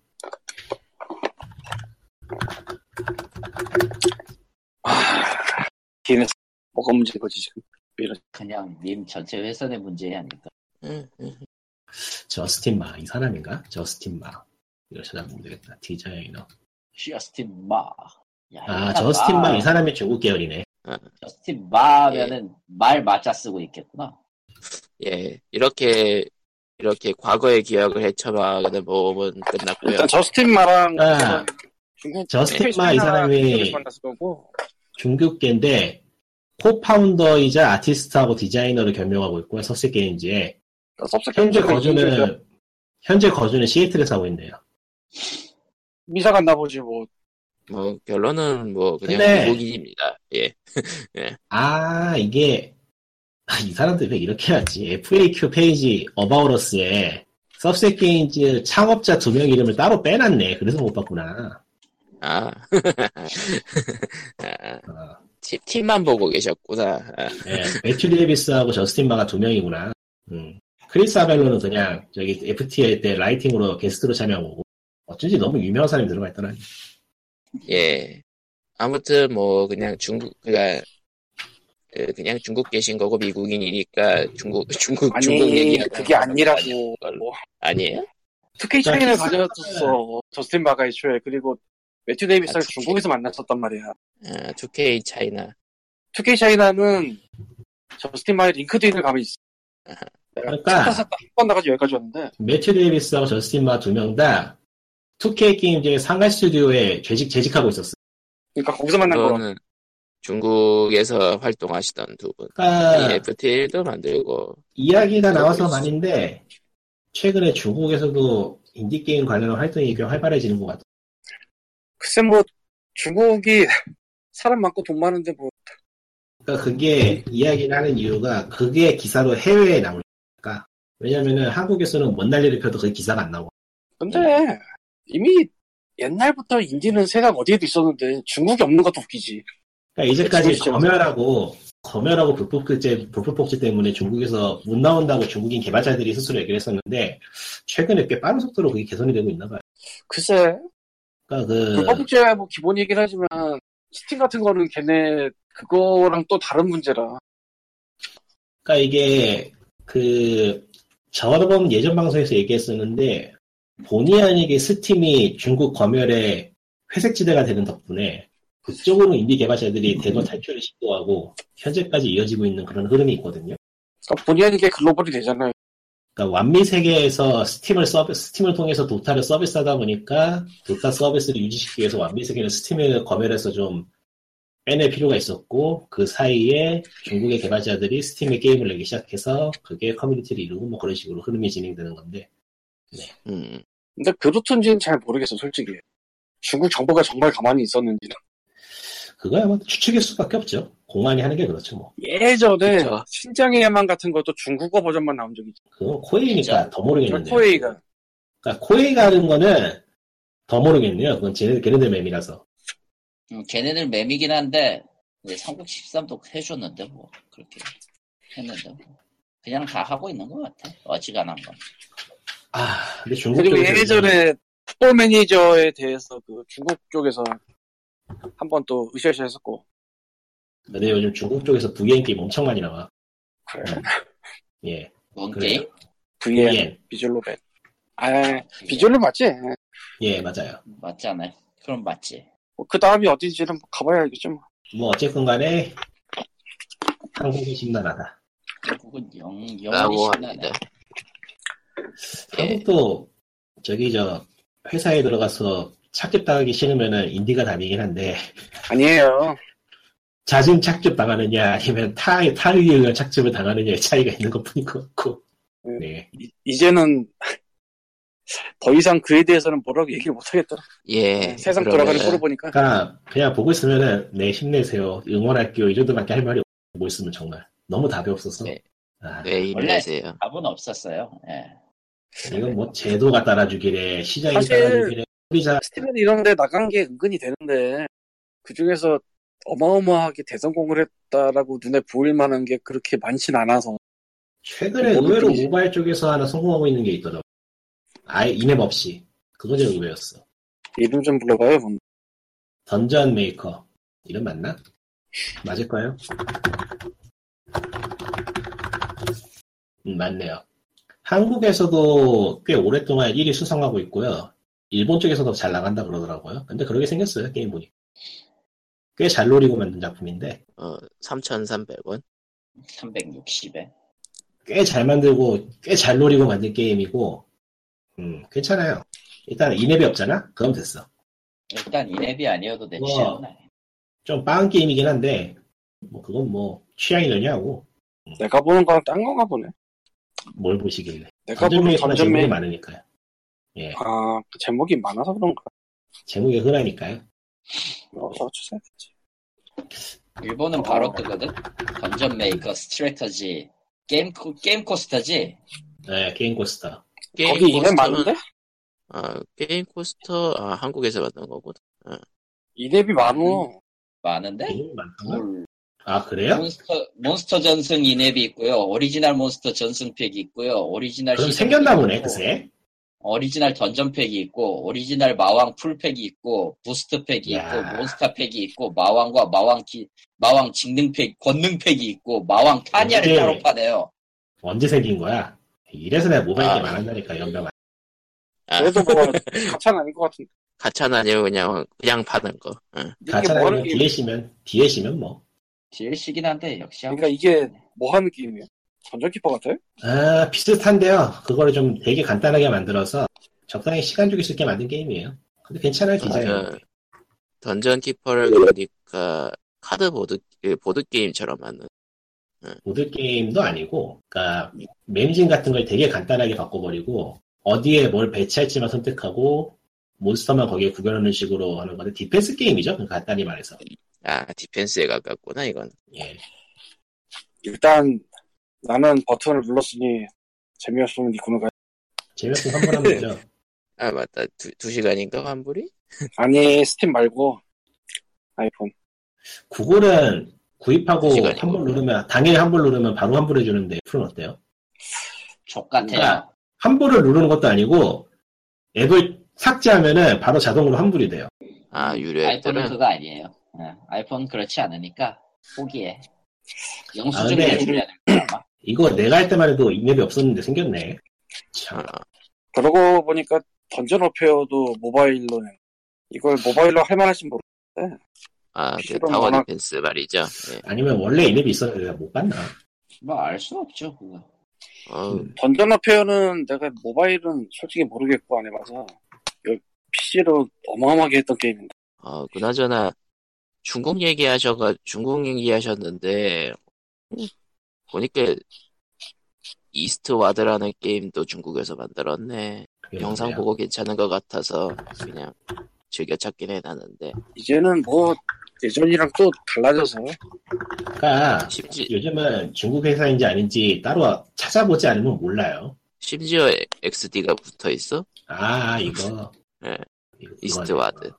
C: DNS 뭐가 문제인 거지 지금
B: 그냥 님 전체 회선의 문제 아닐까.
A: 응, 응.
D: 저스틴 마 이 사람인가? 저스틴 마 이걸 찾아보면 되겠다. 디자이너.
B: 저스틴 마. 야,
D: 아
B: 이거
D: 저스틴
B: 마.
D: 마 이 사람이 중국 계열이네.
B: 저스틴 마면은 말 맞아 쓰고 있겠구나.
A: 예 이렇게 이렇게 과거의 기억을 헤쳐나가는 모험은 끝났고요.
C: 일단 저스틴 마랑
D: 아.
C: 중국
D: 저스틴 마 이 사람이
C: 만났을 거고
D: 중국계인데 코파운더이자 아티스트하고 디자이너를 겸용하고 있고요. 서세 게임즈에
C: 섭섭해.
D: 현재 거주는 현재 거주는 시애틀에서 하고 있네요.
C: 미사 갔나 보지 뭐
A: 뭐 결론은 뭐 그냥
C: 네.
D: 근데-
A: 미국인입니다. 예.
D: 아 이게 아, 이 사람들 왜 이렇게 하지? FAQ 페이지 어바우러스에 서브셋 게임즈 창업자 두 명 이름을 따로 빼놨네. 그래서 못 봤구나.
A: 아. 아,
D: 어,
A: 팀, 팀만 보고 계셨구나. 아,
D: 예, 매튜 데이비스하고 저스틴 바가 두 명이구나. 음. 크리스 아벨로는 그냥 저기 FTL 때 라이팅으로 게스트로 참여하고 오고. 어쩐지 너무 유명한 사람이 들어가 있더라.
A: 예. 아무튼 뭐 그냥 중국 그러니까 그, 그냥 중국 계신 거고 미국인이니까 중국 중국 중국
C: 아니
A: 얘기하는
C: 그게 아니라고
A: 걸로.
C: 뭐
A: 아니에요?
C: 특혜 차이를
D: 키스-
C: 가졌었어 저스틴 바가 애초에 그리고 매튜 데이비스를
A: 아,
C: 중국에서 만났었단 말이야
A: 아, 2K 차이나
C: 특혜 차이나는 저스틴 바의 링크드인을 가면 있어 내가
D: 그러니까.
C: 착한 사람 한번 나가지 여기까지 왔는데
D: 매튜 데이비스하고 저스틴 마 두 명 다 2K 게임 중에 상하 스튜디오에 재직, 재직하고 있었어.
C: 그러니까 거기서 만난 거라
A: 그거는 중국에서 활동하시던 두 분.
C: 아.
A: 예,
D: 그러니까
A: FTL도 만들고
D: 이야기가 나와서 말인데 최근에 중국에서도 인디 게임 관련한 활동이 꽤 활발해지는 것 같아.
C: 글쎄 뭐 중국이 사람 많고 돈 많은데 뭐
D: 그러니까 그게 이야기를 하는 이유가 그게 기사로 해외에 나올까? 왜냐면은 한국에서는 뭔 난리를 펴도 그 기사가 안 나오고.
C: 근데 이미 옛날부터 인디는 세상 어디에도 있었는데 중국이 없는 것도 웃기지
D: 그러니까 이제까지
C: 그렇죠.
D: 검열하고 검열하고 불법 그, 복제 불법 복제 때문에 중국에서 못 나온다고 중국인 개발자들이 스스로 얘기를 했었는데 최근에 꽤 빠른 속도로 그게 개선이 되고 있나 봐요.
C: 글쎄
D: 그러니까 그
C: 불법 복제야 뭐 기본이긴 하지만 스팀 같은 거는 걔네 그거랑 또 다른 문제라
D: 그러니까 이게 그 저번 예전 방송에서 얘기했었는데 본의 아니게 스팀이 중국 검열의 회색지대가 되는 덕분에 그쪽으로 인디 개발자들이 대거 탈출을 시도하고 현재까지 이어지고 있는 그런 흐름이 있거든요.
C: 그러니까 본의 아니게 글로벌이 되잖아요
D: 그러니까 완미 세계에서 스팀을 서비 스팀을 통해서 도타를 서비스하다 보니까 도타 서비스를 유지시키기 위해서 완미 세계는 스팀을 검열해서 좀 빼낼 필요가 있었고 그 사이에 중국의 개발자들이 스팀에 게임을 내기 시작해서 그게 커뮤니티를 이루고 뭐 그런 식으로 흐름이 진행되는 건데
A: 음.
C: 근데 그렇던지는 잘 모르겠어 솔직히 중국 정부가 정말 가만히 있었는지는
D: 그거야 뭐 추측일 수밖에 없죠. 공안이 하는 게 그렇죠 뭐.
C: 예전에
A: 그쵸.
C: 신장의 야망 같은 것도 중국어 버전만 나온 적이 있죠
D: 그건 코에이니까 더 모르겠는데.
C: 코웨이가
D: 그러니까 코에이가 하는 거는 더 모르겠네요. 그건 쟤네 걔네들 맴이라서.
B: 음, 걔네들 맴이긴 한데 이제 삼국 13도 해줬는데 뭐 그렇게 했는데 뭐. 그냥 다 하고 있는 것 같아. 어지간한 건.
D: 아 근데 중국
C: 그리고
D: 쪽에서
C: 예전에 풋볼 매니저에 대해서 그 중국 쪽에서 한 번 또 으쌰으쌰 했었고
D: 근데 요즘 중국 쪽에서 부게임 게임 엄청 많이 나와.
C: 그래
D: 예.
B: 뭔
D: 그래요.
B: 게임?
C: VN
D: 예.
C: 비졸로벤 아 비졸로 맞지? 뭐
D: 예, 맞아요.
B: 맞지 않아요? 그럼 맞지.
C: 그 다음이 어딘지는 가봐야 알겠지 뭐.
D: 뭐, 어쨌든 간에, 한국이 심란하다.
B: 한국은 영, 영원히
A: 라고
B: 신나네.
A: 합니다. 예.
D: 한국도 저기 저 회사에 들어가서 착즙 당하기 싫으면은 인디가 답이긴 한데
C: 아니에요.
D: 자진 착즙 당하느냐 아니면 타 타의에 의한 착즙을 당하느냐의 차이가 있는 것뿐인 것 같고.
C: 음.
D: 네.
C: 이- 이제는 더 이상 그에 대해서는 뭐라고 얘기를 못하겠더라.
A: 예.
C: 세상
A: 그러면은
C: 돌아가는 꼴을 보니까
D: 그러니까 그냥 보고 있으면은 네 힘내세요 응원할게요 이 정도밖에 할 말이 없고 있으면 정말 너무 답이 없어서.
A: 네.
D: 아,
A: 왜 이러세요?
B: 답은 없었어요. 예.
D: 이건 뭐 제도가 따라주기래 시장이
C: 네. 사실-
D: 따라주기래 소비자
C: 스팀은 이런데 나간 게 은근히 되는데 그 중에서 어마어마하게 대성공을 했다라고 눈에 보일 만한 게 그렇게 많진 않아서
D: 최근에
C: 모두
D: 의외로
C: 이제-
D: 모바일 쪽에서 하나 성공하고 있는 게 있더라고. 아예 이맵 없이. 그거 좀 의외였어.
C: 이름 좀 불러봐요. 뭔-
D: 던전 메이커. 이름 맞나? 맞을까요? 음, 맞네요. 한국에서도 꽤 오랫동안 1위 수상하고 있고요. 일본 쪽에서도 잘 나간다 그러더라고요. 근데 그렇게 생겼어요, 게임 보니. 꽤 잘 노리고 만든 작품인데,
A: 어, 3,300원.
B: 360에.
D: 꽤 잘 만들고, 꽤 잘 노리고 만든 게임이고, 음, 괜찮아요. 일단 이맵이 없잖아? 그럼 됐어.
B: 일단 이랩이 아니어도 되지
D: 우와.
B: 않나.
D: 좀 빠른 게임이긴 한데 뭐 그건 뭐 취향이느냐고
C: 내가 보는 거랑 딴 건가 보네.
D: 뭘 보시길래
C: 내가
D: 뭐 던전
C: 보는
D: 메이커는
C: 네, 던전
D: 제목이
C: 메이
D: 많으니까요 예
C: 아, 그 제목이 많아서 그런가.
D: 제목이 흔하니까요
C: 어, 어쩌세요?
B: 일본은
D: 어.
B: 바로 그거든. 던전 메이커 스트레터지 게임 코, 게임 코스터지.
D: 예 게임 코스터
A: 게임
C: 거기 이름
A: 코스터는-
C: 많은데?
A: 아, 게임 코스터, 아, 한국에서 만든 거고.
C: 이랩이
A: 음.
C: 많어.
B: 많은데.
D: 게임이 많다고?
B: 물-
D: 아 그래요?
B: 몬스터 몬스터 전승 이랩이 있고요. 오리지널 몬스터 전승 팩이 있고요. 오리지널
D: 그럼
B: 시즌
D: 생겼나
B: 팩이
D: 보네
B: 있고,
D: 그새
B: 오리지널 던전 팩이 있고 오리지널 마왕 풀 팩이 있고 부스트 팩이
D: 야.
B: 있고 몬스터 팩이 있고 마왕과 마왕 기 마왕 직능 팩 권능 팩이 있고 마왕 타니아를
D: 이게-
B: 따로 파네요.
D: 언제 생긴 거야? 이래서 내가 모바일
A: 아.
D: 게임 안 한다니까 영감
A: 아,
C: 그래도 뭐, 가차는 아닌 것 같은데.
A: 가차는 아니고 그냥, 그냥 파는 거. 예. 응.
C: 이게 뭐
D: 가차라면
C: 하는 게임?
D: DLC면 DLC면 뭐
B: DLC긴 한데 역시 하고
C: 그러니까 이게 뭐 하는 게임이야? 던전키퍼 같아요?
D: 아, 비슷한데요. 그거를 좀 되게 간단하게 만들어서 적당히 시간 죽일 수 있게 만든 게임이에요. 근데 괜찮아요, 디자인.
A: 그, 던전 키퍼를 그러니까, 카드 보드, 그 보드 게임처럼 하는.
D: 보드 게임도 아니고, 그러니까 맵진 같은 걸 되게 간단하게 바꿔버리고 어디에 뭘 배치할지만 선택하고 몬스터만 거기에 구별하는 식으로 하는 건데 디펜스 게임이죠. 그러니까 간단히 말해서.
A: 아, 디펜스에 가깝구나, 이건.
D: 예.
C: 일단, 나는 버튼을 눌렀으니, 재미없으면 네 니꾸는 가.
D: 재미없으면 환불하면 되죠.
A: 아, 맞다. 두, 두 시간인가, 환불이?
C: 아니, 스팀 말고, 아이폰.
D: 구글은 구입하고
A: 그 시간이고.
D: 환불 누르면 당일 환불 누르면 바로 환불해 주는데 애플은 어때요?
B: 족같아요.
D: 그러니까 환불을 누르는 것도 아니고 앱을 삭제하면은 바로 자동으로 환불이 돼요.
A: 아, 유료
B: 아이폰은
A: 앱들은.
B: 그거 아니에요. 예, 아이폰 그렇지 않으니까 포기해.
D: 아,
B: 영수증
A: 네.
D: 근데-
B: 내주려야 될까 아마.
D: 이거 내가 할 때만 해도 인앱이 없었는데 생겼네. 참.
A: 아,
C: 그러고 보니까, 던전 어페어도 모바일로, 낸- 이걸 모바일로 할 만할지 모르
A: 아, 그
C: 실은
A: 타워
C: 워낙-
A: 디펜스 말이죠. 예.
D: 아니면 원래 인앱이 있었는데 내가 못 봤나?
B: 뭐알 수 없죠 그거.
A: 어,
D: 음.
C: 던전 어페어는 내가 모바일은 솔직히 모르겠고, 안 해봐서. PC로 어마어마하게 했던 게임인데.
A: 어, 그나저나, 중국 얘기하셔가, 중국 얘기하셨는데, 보니까, 이스트 와드라는 게임도 중국에서 만들었네.
D: 그게
A: 영상
D: 뭔데요?
A: 보고 괜찮은 것 같아서, 그냥, 즐겨 찾긴 해놨는데.
C: 이제는 뭐, 예전이랑 또 달라져서.
D: 그러니까
A: 심지,
D: 요즘은 중국 회사인지 아닌지 따로 찾아보지 않으면 몰라요.
A: 심지어 XD가 붙어 있어?
D: 아 이거
A: 네.
D: 이거-
A: 이스트
D: 이거네.
A: 와드.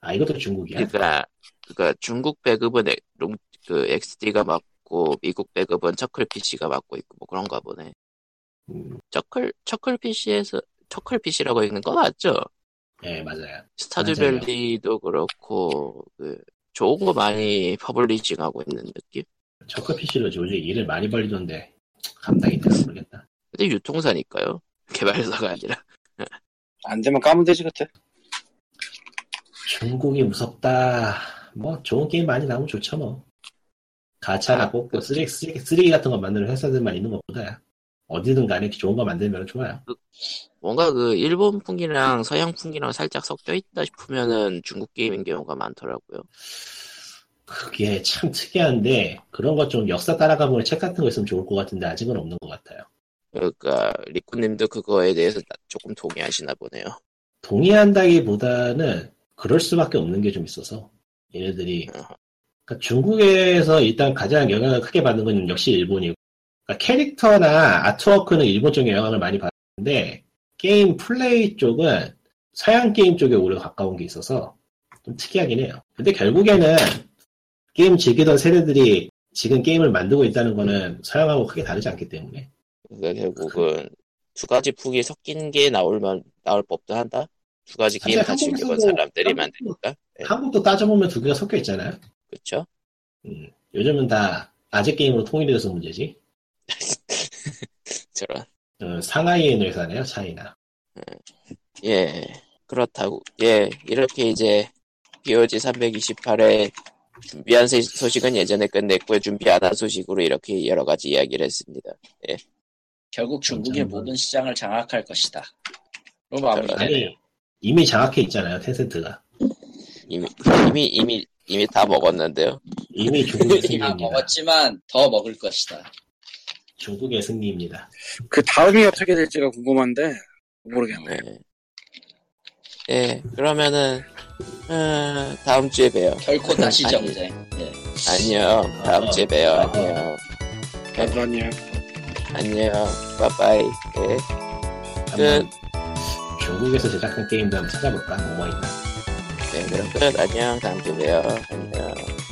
D: 아 이것도 중국이야?
A: 그러니까, 그러니까 중국 배급은 엑- 롱- 그 XD가 맞고, 미국 배급은 처클 PC가 맞고 있고, 뭐 그런가 보네.
D: 음,
A: 처클, 처클 PC에서, 처클 PC라고 읽는 거 맞죠?
D: 네 맞아요. 맞아요.
A: 스타듀밸리도 그렇고 그 좋은 거 많이 퍼블리싱하고 있는 느낌.
D: 저거 PC로 요즘 일을 많이 벌리던데 감당이 되나 모르겠다.
A: 근데 유통사니까요. 개발사가 아니라.
C: 안 되면 까면 되지, 그때.
D: 중국이 무섭다. 뭐 좋은 게임 많이 나오면 좋죠 뭐. 가차라고 그 쓰레기, 쓰레기, 쓰레기 같은 거 만드는 회사들만 있는 것보다 어디든 간에 좋은 거 만들면 좋아요.
A: 뭔가 그 일본 풍기랑 서양 풍기랑 살짝 섞여 있다 싶으면은 중국 게임인 경우가 많더라고요.
D: 그게 참 특이한데 그런 것 좀 역사 따라가면 책 같은 거 있으면 좋을 것 같은데 아직은 없는 것 같아요.
A: 그러니까 리코님도 그거에 대해서 나- 조금 동의하시나 보네요.
D: 동의한다기보다는 그럴 수밖에 없는 게 좀 있어서 얘네들이 그러니까 중국에서 일단 가장 영향을 크게 받는 건 역시 일본이고 그러니까 캐릭터나 아트워크는 일본 쪽에 영향을 많이 받는데 게임 플레이 쪽은 서양 게임 쪽에 오히려 가까운 게 있어서 좀 특이하긴 해요. 근데 결국에는 게임 즐기던 세대들이 지금 게임을 만들고 있다는 거는 서양하고 크게 다르지 않기 때문에
A: 그러니까 결국은 두 가지 풍이 섞인 게 나올만 나올 법도 한다. 두 가지 게임 다
D: 사실
A: 즐겨본
D: 한국에서도
A: 사람들이
D: 한국도-
A: 만드니까 네.
D: 한국도 따져보면 두 개가 섞여 있잖아요.
A: 그렇죠.
D: 요즘은 다 아재 게임으로 통일이 돼서 문제지.
A: 저런
D: 어, 상하이에 있는 회사네요, 차이나.
A: 예 그렇다고 예 이렇게 이제 POG 328회 준비한 세- 소식은 예전에 끝냈고 준비 안 한 소식으로 이렇게 여러 가지 이야기를 했습니다.
B: 결국 중국의
D: 잠깐만.
B: 모든 시장을 장악할 것이다. 그럼 아무리
A: 뭐 그러네.
D: 아니, 이미 장악해 있잖아요, 텐센트가.
A: 이미 이미 이미 이미 다 먹었는데요.
D: 이미 중국의
B: 다
D: 승리입니다.
B: 먹었지만 더 먹을 것이다.
D: 중국의 승리입니다.
C: 그 다음이 어떻게 될지가 궁금한데 모르겠네.
A: 네. 예, 그러면은 어, 다음 주에 봬요.
B: 결코 다시
A: 아니.
B: 정쟁. 네.
A: 안녕. 다음 주에 봬요.
D: 어.
A: 안녕.
C: 아니야.
A: 안녕. 빠빠이. 예.
D: 한번 중국에서 제작한 게임도 한번 찾아볼까? 뭐가 있나?
A: 네, 그럼 끝. 안녕. 다음 주에 봬요. 안녕.